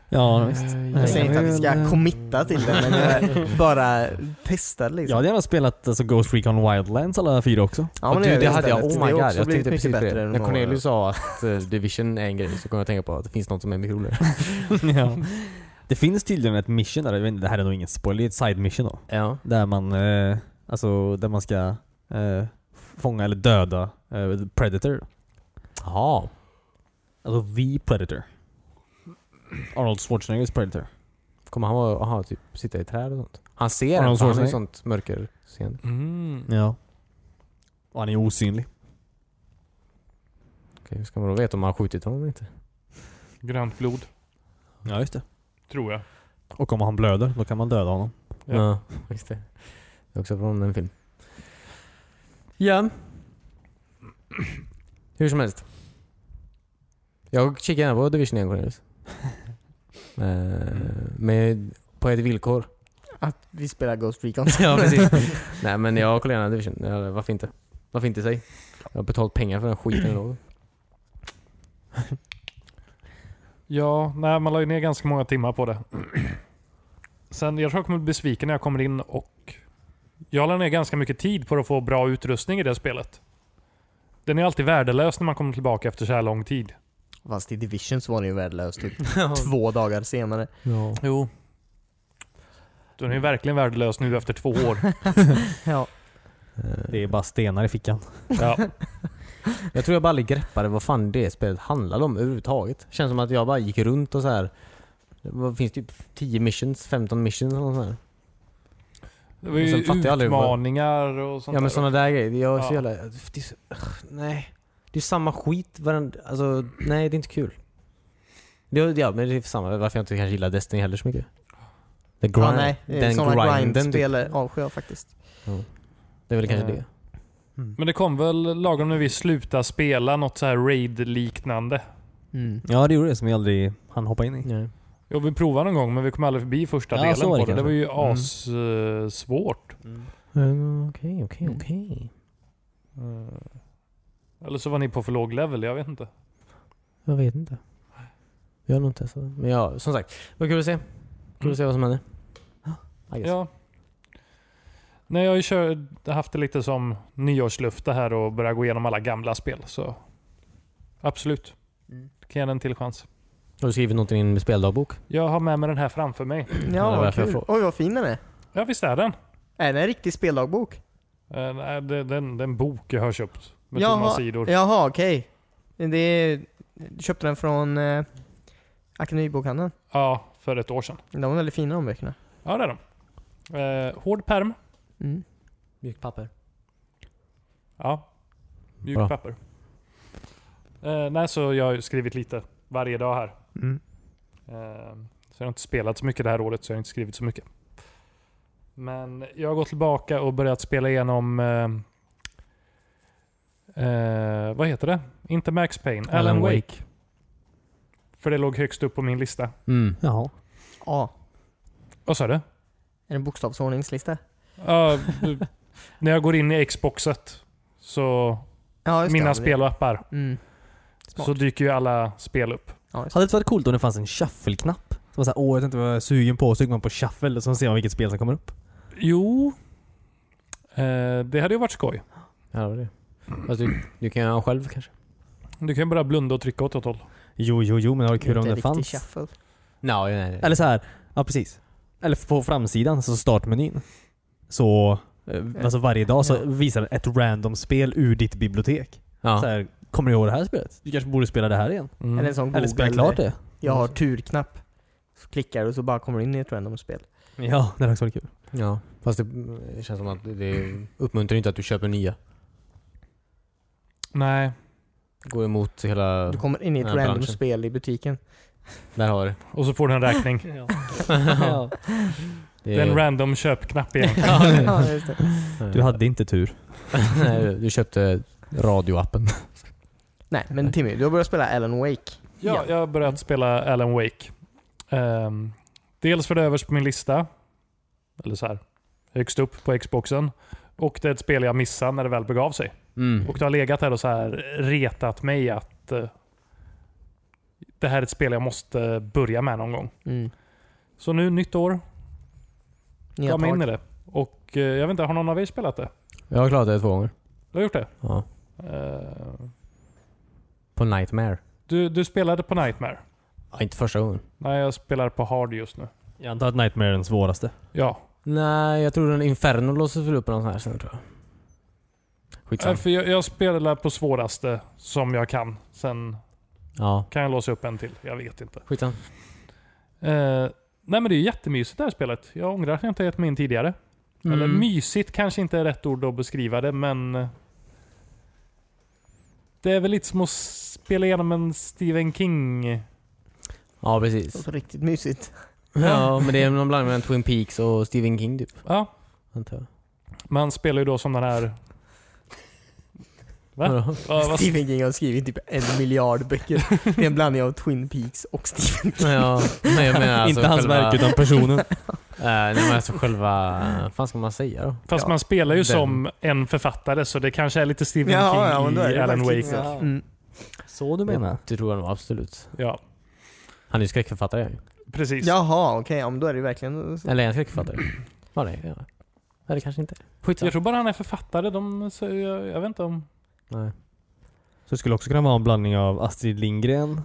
S2: Ja, visst.
S4: Jag säger inte att vi
S2: väl,
S4: ska
S2: eh,
S4: committa till det, men eh, bara testa det
S2: Jag
S4: liksom.
S2: hade gärna spelat alltså, Ghost Recon Wildlands alla fyra också.
S4: men
S3: du,
S4: gör
S3: det,
S4: vi
S3: hade jag.
S4: istället.
S3: Oh my
S4: Det
S3: god.
S4: har också
S3: Jag
S4: blivit
S3: tänkte precis
S4: mycket
S3: på
S4: bättre
S3: det.
S4: än
S3: När
S4: vad-
S3: Cornelius sa att eh, Division är en grej så kom jag att tänka på att det finns något som är mycket roligare.
S2: ja. Det finns tydligen ett mission där, jag vet inte, det här är nog ingen spoiler, det är ett side mission då.
S3: Ja.
S2: Där man, eh, alltså, där man ska eh, fånga eller döda eh, Predator.
S3: Jaha.
S2: Alltså The Predator. Arnold Schwarzeneggers Predator.
S3: Kommer han vara, aha, typ sitta i träd och sånt? Han ser
S2: Arnold
S3: en, för han har ju
S2: Schwarzenegger.
S3: sånt mörkerseende.
S1: Mm.
S2: Ja. Och han är osynlig.
S3: Okej, hur ska man då veta om han har skjutit honom eller inte?
S1: Grönt blod,
S2: Ja, just det.
S1: tror jag.
S2: Och om han blöder, då kan man döda honom.
S1: Ja.
S3: Ja, just det. Det är också från en film. Ja. Hur som helst. Jag kikar gärna på Division 1 Cornelius. Eh, Med, på ett villkor.
S4: Att vi spelar Ghost Recon.
S3: ja, precis. Nej men jag kollar gärna Division. Eller, varför inte? Varför inte säg? Jag har betalt pengar för den skiten ändå.
S1: Ja, nej, man la ju ner ganska många timmar på det. Sen, jag tror jag kommer bli besviken när jag kommer in och... Jag la ner ganska mycket tid på att få bra utrustning i det spelet. Den är alltid värdelös när man kommer tillbaka efter så här lång tid.
S4: Fast i Division så var den ju värdelös typ två dagar senare.
S3: Ja.
S1: Jo. Den är ju verkligen värdelös nu efter två år.
S4: Ja.
S2: Det är bara stenar i fickan.
S1: Ja.
S3: Eh, Jag tror jag bara aldrig greppade vad fan det spelet handlade om överhuvudtaget. Känns som att jag bara gick runt och så här. Det var- finns typ 10 missions, 15 missions eller något sånt där.
S1: Det var
S3: Och
S1: ju
S3: sen fattar jag aldrig vad-
S1: utmaningar och sånt
S3: Ja men
S1: där.
S3: sådana där grejer. Jag är
S1: Ja.
S3: så jävla... Det är så, ugh, nej. Det är samma skit varenda... Alltså nej det är inte kul. Det, ja, men det är samma. Varför jag inte kanske gillar Destiny heller så mycket. The grind,
S4: Ja, nej,
S3: den
S4: sådana
S3: grinden. typ.
S4: grindspel avskyr jag faktiskt.
S3: det är väl kanske
S4: Eh,
S3: det.
S1: Men det kom väl lagom när vi slutade spela något så här raid-liknande.
S2: Ja, det gjorde det som vi aldrig hann hoppa in i.
S3: Nej.
S1: Jo, vi provade någon gång men vi kom aldrig förbi första
S2: Ja,
S1: delen
S2: så var det
S1: på det. Det var ju eh,
S2: kanske.
S1: assvårt.
S3: Mm, Okej, okej, okej.
S1: Eh. Eller så var ni på för låg level, jag vet inte.
S3: Jag vet inte. Jag har nog inte testat det. Men ja, som sagt. Vad kul att se. Kul att se vad som händer. I guess.
S1: Ja. Nej, jag har ju kör, haft det lite som nyårslufte här och börjat gå igenom alla gamla spel. Så absolut.
S4: Mm.
S1: Kan jag en till chans.
S3: Har du skrivit någonting i din speldagbok?
S1: Jag har med mig den här framför mig.
S3: var
S4: Ja, vad
S3: därför jag
S4: kul.
S3: frågade.
S4: Oj, vad fin den är.
S1: Ja, visst är den?
S4: Är det en riktig speldagbok?
S1: Eh, nej, det, den, den bok jag har köpt med tomma
S4: jaha,
S1: sidor.
S4: jaha okej. Det är, du köpte den från eh, Akademibokhandeln.
S1: Ja, för ett år sedan.
S4: De var väldigt fina de böckerna.
S1: Ja, det är de. Eh, hård perm.
S4: Mm.
S3: Mjukt papper.
S1: Ja.
S3: Bra.
S1: Mjukt papper. Eh, nej, så jag har ju skrivit lite varje dag här.
S2: Mm.
S1: Eh, så jag har inte spelat så mycket det här året, så jag har inte skrivit så mycket. Men jag har gått tillbaka och börjat spela igenom... Eh, eh, vad heter det? Inte Max Payne. Alan,
S3: Alan
S1: Wake.
S3: Wake.
S1: För det låg högst upp på min lista.
S3: Mm.
S2: Jaha.
S4: Ja,
S1: Vad sa du?
S4: är det en bokstavsordningslista?
S1: Ja, b- när jag går in i Xboxet, så
S4: Ja, just det,
S1: mina
S4: ja, det.
S1: spel och appar,
S4: Mm. Smart.
S1: så dyker ju alla spel upp.
S4: Ja, just det.
S2: Hade det inte varit coolt om det fanns en shuffle-knapp? Som var såhär, åh jag vet inte vad jag är sugen på. Så trycker man på shuffle och så ser man vilket spel som kommer upp.
S1: Jo. Eh, det hade ju varit skoj.
S3: Ja, det var det. Fast du, du kan göra den själv kanske?
S1: Du kan ju bara blunda och trycka åt ett håll.
S2: Jo, jo, jo, men det var kul om
S4: Inte
S2: det
S4: riktig
S2: fanns.
S4: shuffle.
S3: No, nej, nej.
S2: Eller så här, ja precis. Eller på framsidan, så startmenyn. Så, eh, alltså varje dag så
S4: Ja.
S2: visar den ett random spel ur ditt bibliotek.
S3: ja.
S2: Så här, kommer du ihåg det här spelet? Du kanske borde spela det här igen?
S1: Mm.
S4: Eller en sån
S2: Eller spela
S4: Google-
S2: klart det?
S4: Jag har tur-knapp. Så klickar du och så bara kommer du in i ett random spel.
S2: Ja, det är också väldigt kul.
S3: ja. Fast det det känns som att det uppmuntrar inte att du köper nya.
S1: Nej.
S3: Går emot hela...
S4: Du kommer in i ett
S3: Ja,
S4: random
S3: branschen.
S4: spel i butiken.
S3: Där har du det.
S1: Och så får du en räkning.
S2: Ja.
S1: Det är en random köpknapp igen.
S4: ja, just det.
S2: Du hade inte tur.
S3: Nej, du köpte radioappen.
S4: Nej, men Timmy, du har börjat spela Alan Wake.
S1: ja, jag har börjat spela Alan Wake. Ehm, dels för det är överst på min lista. Eller så här. Högst upp på Xboxen. Och det är ett spel jag missade när det väl begav sig.
S3: Mm.
S1: Och det har legat där och så här retat mig att eh, det här är ett spel jag måste börja med någon gång.
S4: Mm.
S1: Så nu, nytt år,
S4: Nya
S1: gav mig in i
S4: tag.
S1: det. Och eh, jag vet inte, har någon av er spelat det?
S3: Jag har klarat det två gånger.
S1: Du har gjort det?
S3: Ja.
S1: Eh,
S3: På Nightmare.
S1: Du, du spelade på Nightmare?
S3: Ja, inte första gången.
S1: Nej, jag spelar på Hard just nu.
S2: Jag antar att Nightmare är den svåraste.
S1: Ja.
S3: Nej, jag tror den Inferno låses väl upp på någon sån här sen tror jag.
S1: Äh,
S3: Skitsamma.
S1: eh, för jag, jag spelar på svåraste som jag kan. Sen
S3: Ja.
S1: kan jag låsa upp en till. Jag vet inte.
S3: Skitsamma.
S1: Eh, nej men det är ju jättemysigt det här spelet. Jag ångrar att jag inte har gett mig in tidigare.
S3: Mm.
S1: Eller mysigt kanske inte är rätt ord att beskriva det, men... eh, Det är väl lite som att spela igenom en Stephen King...
S3: Ja, precis.
S4: Låter riktigt mysigt.
S3: Ja, men det är någon blandning mellan Twin Peaks och Stephen King typ.
S1: Ja,
S3: Antar jag.
S1: man spelar ju då som den här... Va?
S3: Vadå?
S1: Vad- vad-
S4: Stephen King har skrivit typ en miljard böcker. Det är en blandning av Twin Peaks och Stephen King.
S3: Ja, men jag menar alltså
S2: inte hans
S3: själva-
S2: verk utan personen.
S3: Eh, nej men alltså själva... Vad fan ska man säga då?
S1: Fast
S4: Ja,
S1: man spelar ju
S3: den.
S1: som en författare så det kanske är lite Stephen
S4: Ja, ja, men
S1: King
S4: då är
S1: i
S4: det
S1: Alan Wake.
S4: faktiskt-
S1: Ja.
S4: Mm.
S2: Så du menar?
S3: Det tror jag nog absolut.
S1: Ja,
S3: Han är ju skräckförfattare ju.
S1: precis.
S4: Jaha, okej. Ja, men då är det verkligen...
S3: Eller är han skräckförfattare? Ja det är han. Eller kanske inte.
S1: Jag
S3: Skitsamma.
S1: tror bara han är författare. De, så jag, jag vet inte om...
S3: Nej.
S2: Så det skulle också kunna vara en blandning av Astrid Lindgren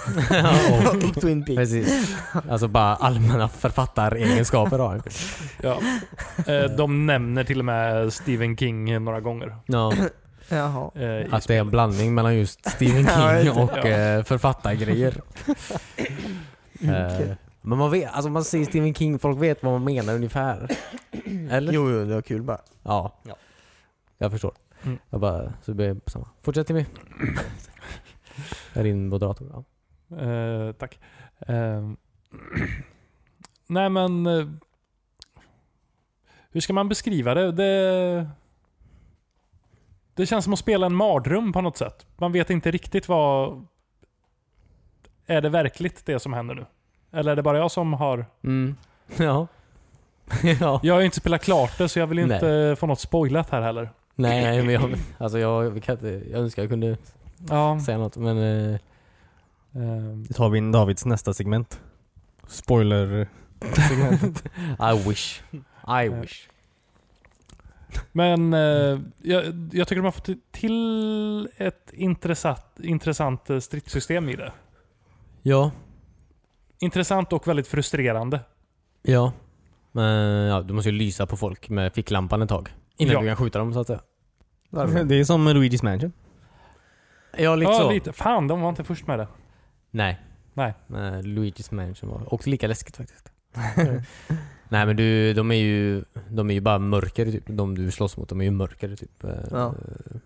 S4: och Twin Peaks.
S3: Precis. Alltså bara allmänna författaregenskaper har han.
S1: Ja. Eh, De nämner till och med Stephen King några gånger.
S3: Ja.
S4: Jaha.
S1: eh, i
S3: Att det är en
S1: spelet.
S3: blandning mellan just Stephen
S4: Ja, just
S3: King
S4: det.
S3: och
S1: Ja.
S3: eh, författargrejer. Eh,
S4: okej.
S3: Men man vet, alltså man ser Stephen King, folk vet vad man menar ungefär. Eller?
S4: Jo, jo, det var kul bara.
S3: Ja.
S4: Ja.
S3: Jag förstår.
S1: Mm.
S3: Jag bara, så det blir samma. Fortsätt Timmy. jag är in på datorn. Ja.
S1: Eh, tack. Eh, nej men... eh, hur ska man beskriva det? det? Det känns som att spela en mardröm på något sätt. Man vet inte riktigt vad... Är det verkligt det som händer nu? Eller är det bara jag som har...
S3: Mm. Ja. ja.
S1: Jag har ju inte spelat klart det så jag vill ju
S3: Nej.
S1: inte få något spoilat här heller.
S3: Nej, nej, men jag, alltså jag, vi kan inte, jag önskar jag kunde
S1: Ja.
S3: säga något men... eh,
S1: ehm,
S2: Då tar vi in Davids nästa segment. Spoiler.
S3: I wish. I wish.
S1: Men eh, jag, jag tycker de har fått till ett intressant, intressant eh, stridssystem i det.
S3: Ja.
S1: Intressant och väldigt frustrerande.
S3: Ja. Men ja, du måste ju lysa på folk med ficklampan ett tag. Innan
S1: Ja.
S3: du kan skjuta dem så att säga.
S4: Varför?
S2: Det är som Luigi's Mansion.
S3: Ja, lite
S1: ja,
S3: så.
S1: lite. Fan, de var inte först med det.
S3: Nej.
S1: Nej.
S3: Nej, Luigi's Mansion var också lika läskigt faktiskt. Nej men du, de är ju, de är ju bara mörkare typ. De du slåss mot, de är ju mörkare typ. Eh,
S4: Ja.
S3: eh,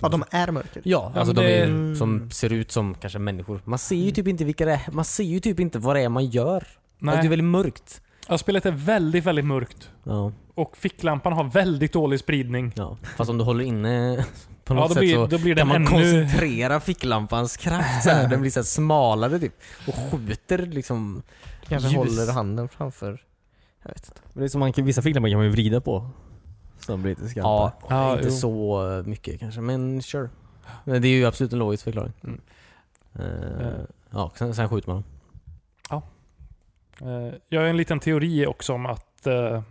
S4: Ja, de är mörker.
S3: Ja, alltså
S1: men
S3: de
S1: det- Mm.
S3: är, ju- som ser ut som kanske människor. Man ser ju typ inte vilka det är. Man ser ju typ inte vad det är man gör.
S1: Nej.
S3: Alltså, det är väldigt mörkt.
S1: Ja, spelet är väldigt, väldigt mörkt.
S3: Ja,
S1: Och ficklampan har väldigt dålig spridning.
S3: ja. Fast om du håller inne på
S1: Ja,
S3: något
S1: då
S3: sätt
S1: blir,
S3: så
S1: då blir den
S3: kan man
S1: ännu...
S3: koncentrera ficklampans kraft så här. Den blir så här smalare typ. Och skjuter liksom.
S4: Kanske
S3: Ljus.
S4: håller handen framför. Jag vet inte.
S2: Men det är som man kan, vissa filmer kan man ju vrida på. Som blir lite skarpa.
S3: Ja,
S1: Ja,
S3: inte
S1: jo.
S3: så eh, mycket kanske, men sure. Men det är ju absolut en logisk förklaring.
S1: Mm.
S3: Eh,
S1: Eh.
S3: ja, och sen, sen skjuter man dem.
S1: Eh, Jag har en liten teori också om att eh,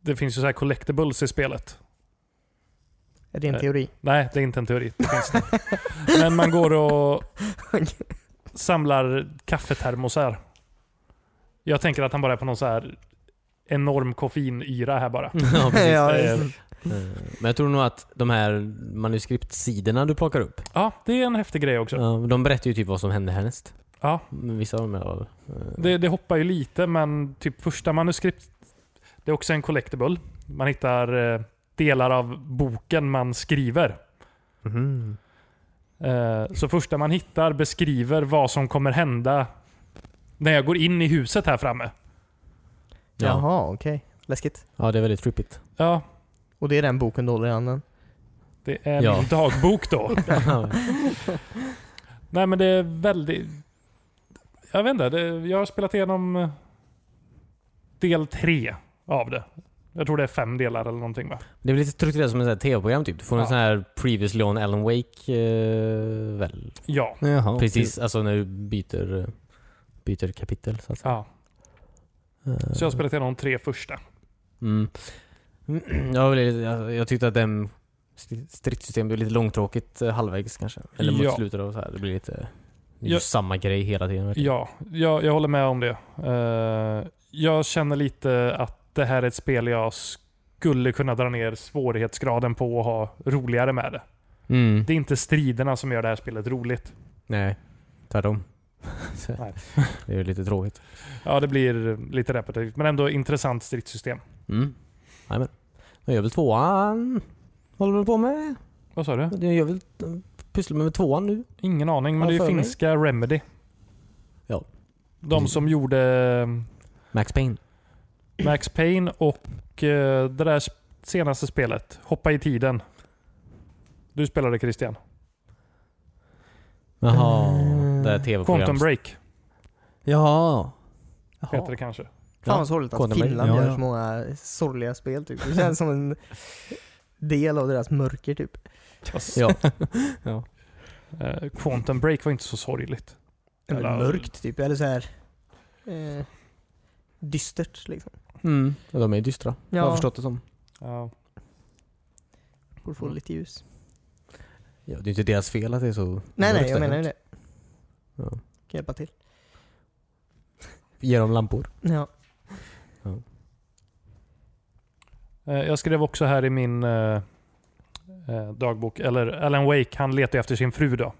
S1: det finns ju så här collectibles i spelet.
S4: Är det en
S1: Nej.
S4: teori?
S1: Nej, det är inte en teori. Det finns det. Men man går och samlar kaffetermosar. Jag tänker att han bara är på någon så här enorm koffeinyra här bara.
S3: ja, precis.
S4: Ja,
S1: det,
S4: just
S1: är,
S3: Eh, Men jag tror nog att de här manuskriptsidorna du plockar upp,
S1: ja, det är en häftig grej också.
S3: eh, de berättar ju typ vad som hände härnäst.
S1: Ja.
S3: Vissa av dem i alla fall. Eh,
S1: Det, det hoppar ju lite, men typ första manuskript, det är också en collectible. Man hittar eh, delar av boken man skriver.
S2: Mhm.
S1: Eh, Så första man hittar beskriver vad som kommer hända när jag går in i huset här framme.
S3: ja.
S4: Jaha, okej. Läskigt.
S3: ja, det är väldigt trippigt.
S1: Ja,
S4: Och det är den boken du håller i handen?
S1: Det är
S3: Ja.
S1: min dagbok då. Nej men det är väldigt... Jag vet inte. Det, jag har spelat igenom eh, del tre av det. Jag tror det är fem delar eller någonting va?
S3: Det är väl lite strukturerat som ett tv-program typ. Du får
S1: Ja.
S3: en sån här previously on Alan Wake eh, väl?
S1: Ja.
S2: Jaha,
S3: Precis, alltså när du byter, eh, byter kapitel så att säga.
S1: ja.
S3: Eh,
S1: Så jag har spelat igenom de tre första.
S3: Mm. Mm, Jag, var lite- jag, jag tyckte att den stri- stridssystemet blev lite långtråkigt eh, halvvägs kanske. Eller mot
S1: Ja.
S3: slutet av så här. Det blir lite... det är
S1: Ja.
S3: ju samma grej hela tiden. verkligen.
S1: Ja, jag, jag håller med om det. Eh, jag känner lite att det här är ett spel jag skulle kunna dra ner svårighetsgraden på och ha roligare med det.
S3: Mm.
S1: Det är inte striderna som gör det här spelet roligt.
S3: Nej, tvärtom. Så-
S1: Nej.
S3: det är ju lite tråkigt.
S1: Ja, det blir lite repetitivt, men ändå intressant stridssystem.
S3: Mm. Nej, men. Jag gör väl tvåan? Håller du på med?
S1: Vad sa du?
S3: Jag gör väl pysslar med tvåan nu?
S1: Ingen aning, men
S3: Ja,
S1: det är ju
S3: för mig.
S1: finska Remedy.
S3: Ja.
S1: De som gjorde eh,
S3: Max Payne.
S1: Max Payne och eh, det där senaste spelet, Hoppa i tiden. Du spelade Christian.
S3: Jaha. Det här tv-programmet.
S1: Quantum Break
S2: Jaha.
S1: heter det kanske.
S4: Fan vad sorgligt att
S3: Kodden blir-
S4: Finland
S2: ja,
S4: gör
S2: ja.
S4: så många sorgliga spel typ. Det känns som en del av deras mörker typ.
S3: Ja.
S1: Eh, Quantum Break var inte så sorgligt.
S4: Eller
S1: Eller-
S4: mörkt typ, eller så här. Eh, dystert liksom.
S3: Mm. Ja, De är ju dystra. Jag har förstått det som.
S1: Ja.
S4: Borde
S3: Mm.
S4: få lite ljus.
S3: Ja, det är ju inte deras fel att det är så
S4: Nej nej,
S3: mörkt
S4: jag
S3: där.
S4: menar ju det.
S3: Ja.
S4: Kan hjälpa till.
S3: Ge dem lampor.
S4: Ja.
S1: Eh, jag skrev också här i min eh, eh, dagbok, eller Alan Wake, han letar ju efter sin fru då.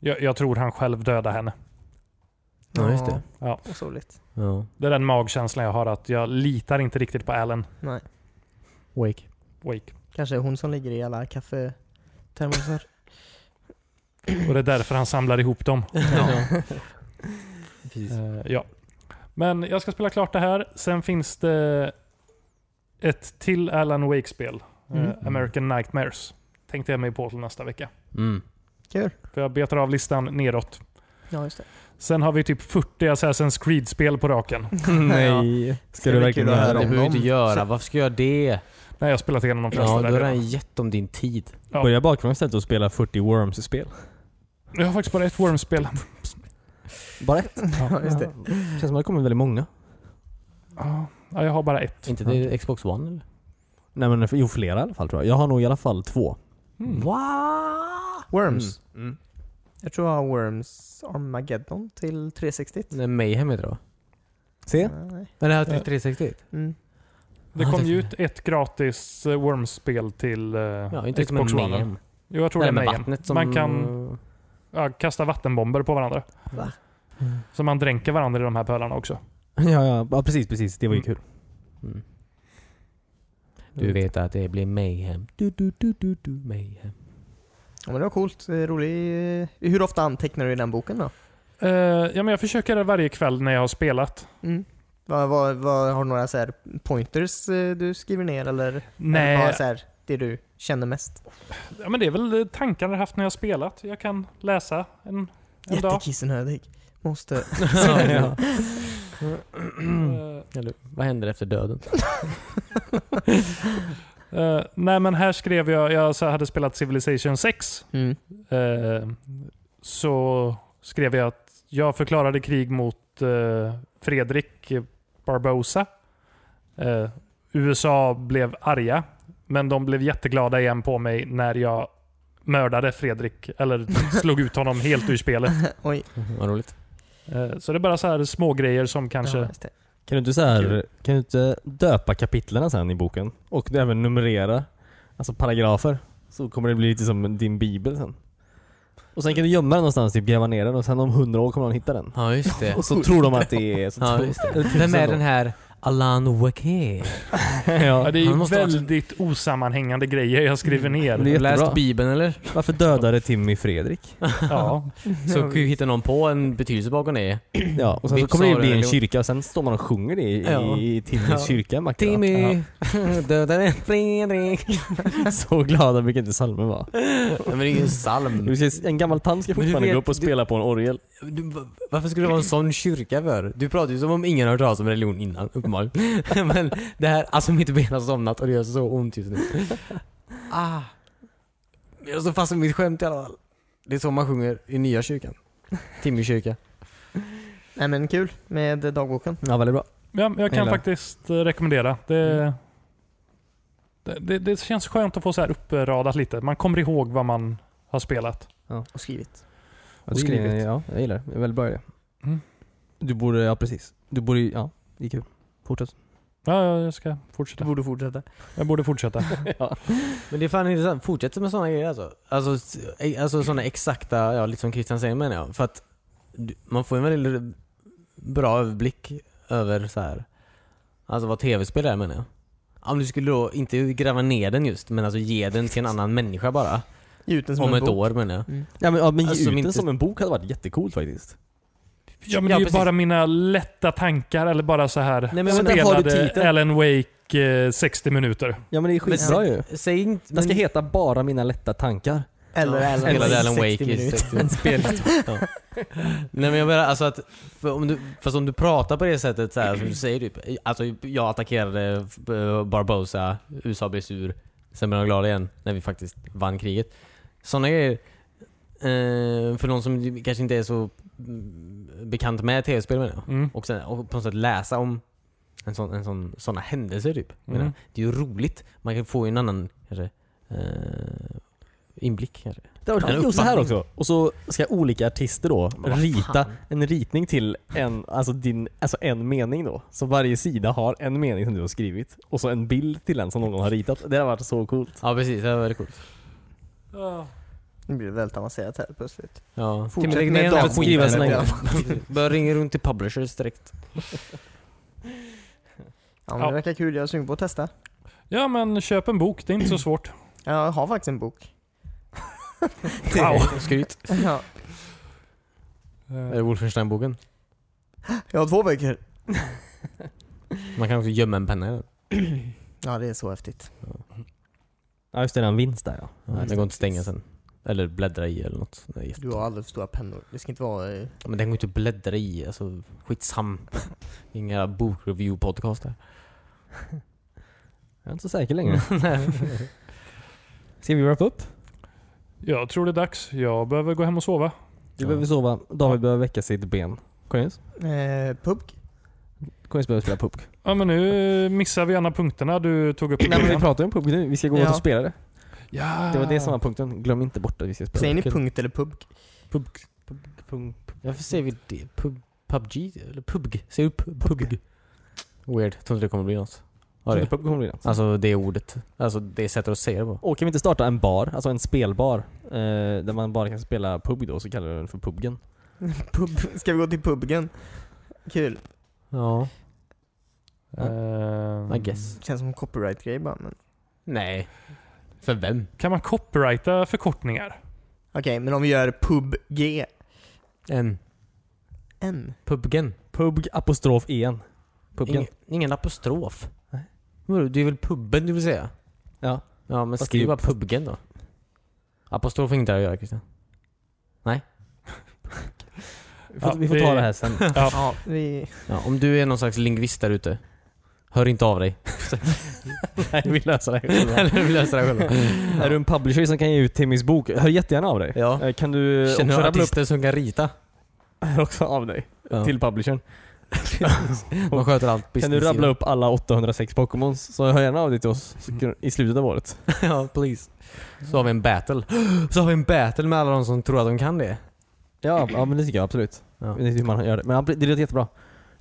S1: Jag, jag tror han själv dödade henne.
S3: Ja, just det.
S1: Ja.
S4: Och sorgligt.
S3: Ja.
S1: Det är den magkänslan jag har att jag litar inte riktigt på Alan
S4: Nej.
S3: Wake.
S1: Wake.
S4: Kanske hon som ligger i alla kaffetermosar.
S1: Och det är därför han samlar ihop dem.
S3: Precis.
S1: Eh, ja. Men jag ska spela klart det här. Sen finns det ett till Alan Wake-spel. eh,
S4: Mm.
S1: American Nightmares. Tänkte jag mig på till nästa vecka.
S3: Mm.
S4: Kul.
S1: För jag betar av listan neråt.
S4: Ja, just det.
S1: Sen har vi typ 40 Assassin's Creed-spel på raken.
S4: Mm.
S1: Mm.
S2: Nej. Ska du
S4: bli
S2: verkligen
S4: kul att
S2: göra
S4: höra
S3: Det
S2: dem?
S3: behöver
S4: om.
S3: du
S4: dem.
S3: inte göra. Varför ska jag göra det?
S1: Nej, jag har spelat igenom de
S3: Ja, du
S1: flesta
S3: har
S1: där
S3: redan
S1: redan.
S3: gett dem din tid.
S1: Ja.
S2: Börja bakifrån istället och spela 40 Worms-spel.
S1: Jag har faktiskt bara ett Worms-spel.
S2: Bara ett?
S4: Ja, just det.
S2: Känns som att det kommer väldigt många.
S1: Ja, Ja, jag har bara ett.
S3: Inte till Xbox One eller?
S2: Nej men jo, flera i alla fall tror jag. Jag har nog i alla fall två.
S1: Mm.
S4: Worms. Jag tror jag har Worms Armageddon till 360.
S3: Nej, Mayhem heter det va?
S2: Se?
S4: Nej.
S3: Men det här
S1: till
S3: till 360?
S4: Mm.
S1: Det
S3: Ja,
S1: kom
S3: det-
S1: ju ut ett gratis eh, Worms-spel till eh,
S3: Ja, inte
S1: Xbox
S3: som en
S1: One.
S3: Mayhem.
S1: Jo, jag tror
S3: Nej,
S1: det är
S3: men
S1: Mayhem.
S3: vattnet som...
S1: Man kan ja, kasta vattenbomber på varandra.
S4: Va?
S3: Mm.
S1: Så man dränker varandra i de här pölarna också.
S2: Ja, ja, ja, precis, precis. Det var ju
S1: Mm.
S2: kul.
S3: Mm. Du vet att det blir Mayhem. Du, du, du, du, du, Mayhem.
S4: Ja, men det var coolt. Eh, Rolig. Hur ofta antecknar du i den boken då?
S1: Eh, ja, men jag försöker varje kväll när jag har spelat.
S4: Mm. Vad, vad, vad, har du några så här pointers eh, du skriver ner eller? Eller bara
S1: Nej,
S4: så här, det du känner mest?
S1: ja, men det är väl eh, tankarna jag haft när jag har spelat. Jag kan läsa en, en dag.
S4: Jättekissnödig. Måste...
S3: ja.
S4: Mm.
S1: Eh,
S3: Eller, vad händer efter döden?
S1: eh, nej, men här skrev jag, jag så hade spelat Civilization 6
S4: Mm.
S1: Eh, så skrev jag att jag förklarade krig mot eh, Fredrik Barbosa. Eh, USA blev arga, men de blev jätteglada igen på mig när jag mördade Fredrik, eller slog ut honom helt ur spelet.
S4: Oj.
S3: Vad roligt.
S1: Eh, så det är bara så här små grejer som kanske...
S4: Ja, just det.
S2: Kan du inte så här, kan du inte döpa kapitlerna sen i boken? Och även numrera, alltså paragrafer. Så kommer det bli lite som din bibel sen. Och sen kan du gömma den någonstans, typ gräva ner den och sen om hundra år kommer någon hitta den.
S3: Ja, just det.
S2: Och så tror de att det är... Så
S3: Ja,
S2: tror,
S3: just det. Vem är den här Alan Wake?
S1: Ja, det
S2: ja.
S1: är
S3: Han
S1: ju
S3: måste ha varit- Mm.
S1: väldigt osammanhängande grejer jag skriver ner.
S2: Men det är jättebra.
S3: Läst Bibeln eller?
S2: Varför dödade Timmy Fredrik?
S1: Ja.
S3: Så kan ju hitta någon på en betydelse bakom det.
S2: Ja, och sen så
S3: Vips
S2: kommer det
S3: har
S2: bli
S3: du
S2: en
S3: religion.
S2: kyrka och sen står man och sjunger det i,
S3: Ja.
S2: i Timmys
S3: Ja.
S2: kyrka. Mackra.
S3: Timmy
S2: Ja.
S3: dödade Fredrik.
S2: Så glada brukar inte psalmen vara.
S3: Nej, Men det är ju en psalm.
S2: Precis, En gammal tant ska
S3: Men du
S2: fortfarande
S3: vet-
S2: gå upp och
S3: du-
S2: spela på en orgel.
S3: Du, va- varför skulle det vara en sån kyrka för? Du pratar ju som om ingen har hört talas om religion innan, uppenbarligen. Men det här, alltså mitt ben har somnat och det gör så ont just nu. Ah. Jag står fast vid mitt skämt i alla fall. Det är så man sjunger i nya kyrkan. Timmykyrka.
S4: Nej men kul med dagboken.
S2: Ja, väldigt bra.
S1: Ja, jag kan
S2: Gillar.
S1: faktiskt eh, rekommendera. Det,
S2: Mm.
S1: det, det, det känns skönt att få så här uppradat lite. Man kommer ihåg vad man har spelat.
S4: Och skrivit.
S2: Ja,
S1: Och
S2: det
S1: skrivet.
S2: är- Ja, jag gillar det. Det är väldigt bra idé.
S1: Mm.
S2: Du borde, ja precis. Du borde, ja, det är kul. Fortsätt.
S1: Ja, ja, jag ska
S4: Du
S1: fortsätta.
S4: borde fortsätta.
S1: Jag borde fortsätta.
S3: Men det är fan intressant, fortsätt med sådana grejer alltså. Alltså, s- eh, alltså sådana exakta, ja lite som Christian säger menar jag. För att du, man får en väldigt bra överblick över så här. Alltså vad tv-spel är menar jag. Om du skulle då inte gräva ner den just, men alltså ge den till en annan människa bara.
S4: Ge ut den som
S3: Om
S4: en
S3: ett
S4: bok.
S3: år menar jag.
S2: Ja men, ja, men ge
S3: Alltså,
S2: ut den
S3: inte-
S2: som en bok hade varit jättecoolt faktiskt.
S1: Ja, men
S3: Ja,
S1: det är ju
S3: precis.
S1: bara mina lätta tankar eller bara så här.
S2: men vänta, har du
S1: spelade
S2: titeln?
S1: Alan Wake eh, 60 minuter.
S2: Ja men det är skitbra ju.
S3: Säg inte...
S2: Den ska heta bara mina lätta tankar.
S4: Eller
S3: Ja,
S4: Alan
S3: spelade
S4: Wake
S3: Alan
S4: 60
S3: Wake i
S4: minuter.
S3: 60 spelhistoria. ja. Nej men jag menar alltså att, för om du, fast om du pratar på det sättet så här, som du säger typ, alltså jag attackerade eh, Barbosa, USA blev sur, sen blev de glada igen när vi faktiskt vann kriget. Sådana grejer, eh, för någon som kanske inte är så mm, bekant med tv-spel menar jag.
S1: Mm.
S3: Och, sen, och på något sätt läsa om en sån, en sån, såna händelser typ. menar jag.
S1: Mm.
S3: Det är ju roligt, man kan få en annan kanske, eh, inblick kanske.
S2: Det var
S3: En
S2: kul så här
S3: uppfattning.
S2: också. Och så ska olika artister då
S3: vad
S2: rita
S3: fan.
S2: en ritning till en, alltså din, alltså en mening då. Så varje sida har en mening som du har skrivit. Och så en bild till den som någon har ritat. Det hade varit så coolt.
S3: Ja precis, det var väldigt coolt.
S1: Mm.
S4: Nu blir det väldigt avancerat här plötsligt.
S3: Ja.
S4: Fortsätt
S3: Lägg
S4: med
S3: ner den här
S4: datorn. Skriva
S3: skiten.
S4: sina
S3: Ja. Börja ringa runt till publishers direkt.
S4: Ja, men
S1: Ja.
S4: det verkar kul. Jag är sugen på att testa.
S1: Ja, men köp en bok. Det är inte så svårt.
S4: Jag har faktiskt en bok.
S1: Wow.
S3: Skryt.
S4: Ja.
S2: Mm.
S3: Är
S1: Eh,
S3: det Wolfenstein-boken?
S4: Jag har två böcker.
S3: Man kan också gömma en penna i den.
S4: Ja, det är så häftigt.
S2: Ja just det, den vinst där ja.
S3: Ja, Den går inte att stänga sen. Eller bläddra i eller något. Det är jätte-
S4: Du har alldeles för stora pennor. Det ska inte vara... eh,
S3: Ja, men den går inte att bläddra i. Alltså, skitsam. Inga bokreview-podcaster.
S2: Jag är inte så säker längre. Ska vi wrap upp?
S1: Jag tror det är dags. Jag behöver gå hem och sova.
S2: Du
S3: Ja.
S2: behöver sova. David behöver väcka sitt ben. Cornelius?
S4: Eh, pubg?
S2: Cornelius behöver spela pubg.
S1: Ja, men nu missar vi gärna punkterna du tog upp. i
S2: Nej men vi
S1: början.
S2: pratar ju om pubg nu. Vi ska gå
S4: Ja.
S2: ut och spela det.
S1: ja.
S2: Det var det som var punkten. Glöm inte bort att vi ska spela
S4: Säger ni
S2: Kul.
S4: punkt eller pubg?
S2: pubg? Pubg, pubg, pubg.
S3: Varför säger vi det? Pub, PubG? Eller PubG? Säger du pu- PubG? Weird. Jag tror inte det kommer bli något. Ja,
S2: Tror
S3: det.
S2: inte pubg kommer bli något.
S3: Alltså det ordet. Alltså det sättet att säga det på.
S2: Och kan vi inte starta en bar, alltså en spelbar, eh, där man bara kan spela pubg då, så kallar vi den för pubgen.
S4: Pub. Ska vi gå till pubgen? Kul.
S3: Ja.
S1: Ehm,
S3: I guess.
S4: Känns som en copyright-grej bara, men...
S3: Nej. För vem?
S1: Kan man copyrighta förkortningar?
S4: Okej, men om vi gör pubg.
S3: En.
S4: N.
S3: PubGen.
S2: Pubg apostrof en. Pubgen.
S3: Ingen, ingen apostrof.
S2: Nej.
S3: Vadå, Det är väl pubben du vill säga?
S2: Ja.
S3: Ja men
S2: Fast
S3: skriv
S2: det är
S3: bara PubGen då. Apostrof har inget där att göra Christian.
S2: Vi får,
S1: Ja,
S2: vi får
S1: det-
S2: ta det här sen.
S4: Ja, vi...
S3: Ja, om du är någon slags lingvist där ute. Hör inte av dig.
S2: Nej, vi löser det här.
S3: Eller vi löser det här själva.
S2: Är du en publisher som kan ge ut Timmys bok, hör jättegärna av dig.
S3: Ja.
S2: Eh, Kan du också
S3: Känner du
S2: rabbla upp
S3: artister som kan rita?
S2: Hör också av dig
S3: Ja.
S2: till publishern.
S3: De sköter allt
S2: Kan du rabbla upp alla 806 Pokémons så hör gärna av dig till oss
S3: Mm.
S2: så kan- i slutet av året.
S3: ja, please. Så har vi en battle. Så har vi en battle med alla de som tror att de kan det.
S2: Ja, ja men det tycker jag absolut.
S3: Ja.
S2: Jag vet inte hur man gör det. Men ja, det låter jättebra.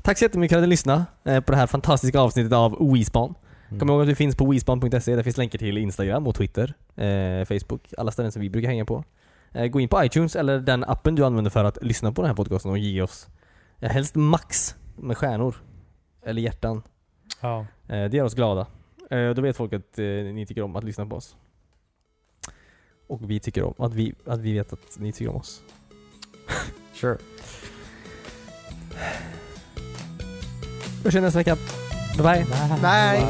S2: Tack så jättemycket för att ni lyssnade eh, på det här fantastiska avsnittet av WeSpan.
S3: Mm.
S2: Kom ihåg att vi finns på WeSpan.se. E, Där finns länkar till Instagram och Twitter, eh, Facebook, alla ställen som vi brukar hänga på. Eh, gå in på iTunes eller den appen du använder för att lyssna på den här podcasten och ge oss eh, helst max med stjärnor. Eller hjärtan.
S1: Ja.
S2: Eh, Det gör oss glada. Eh, Då vet folk att eh, ni tycker om att lyssna på oss. Och vi tycker om att vi, att vi vet att ni tycker om oss.
S3: Sure.
S2: Vi hörs igen nästa vecka. Bye bye.
S4: Nej!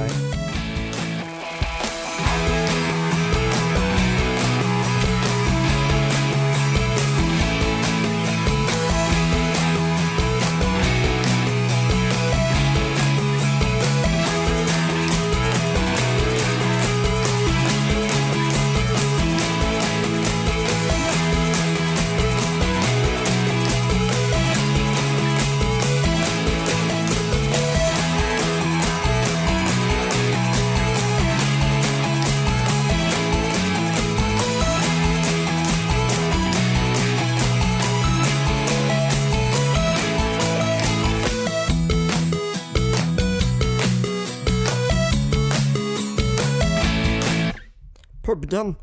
S4: Pubgen!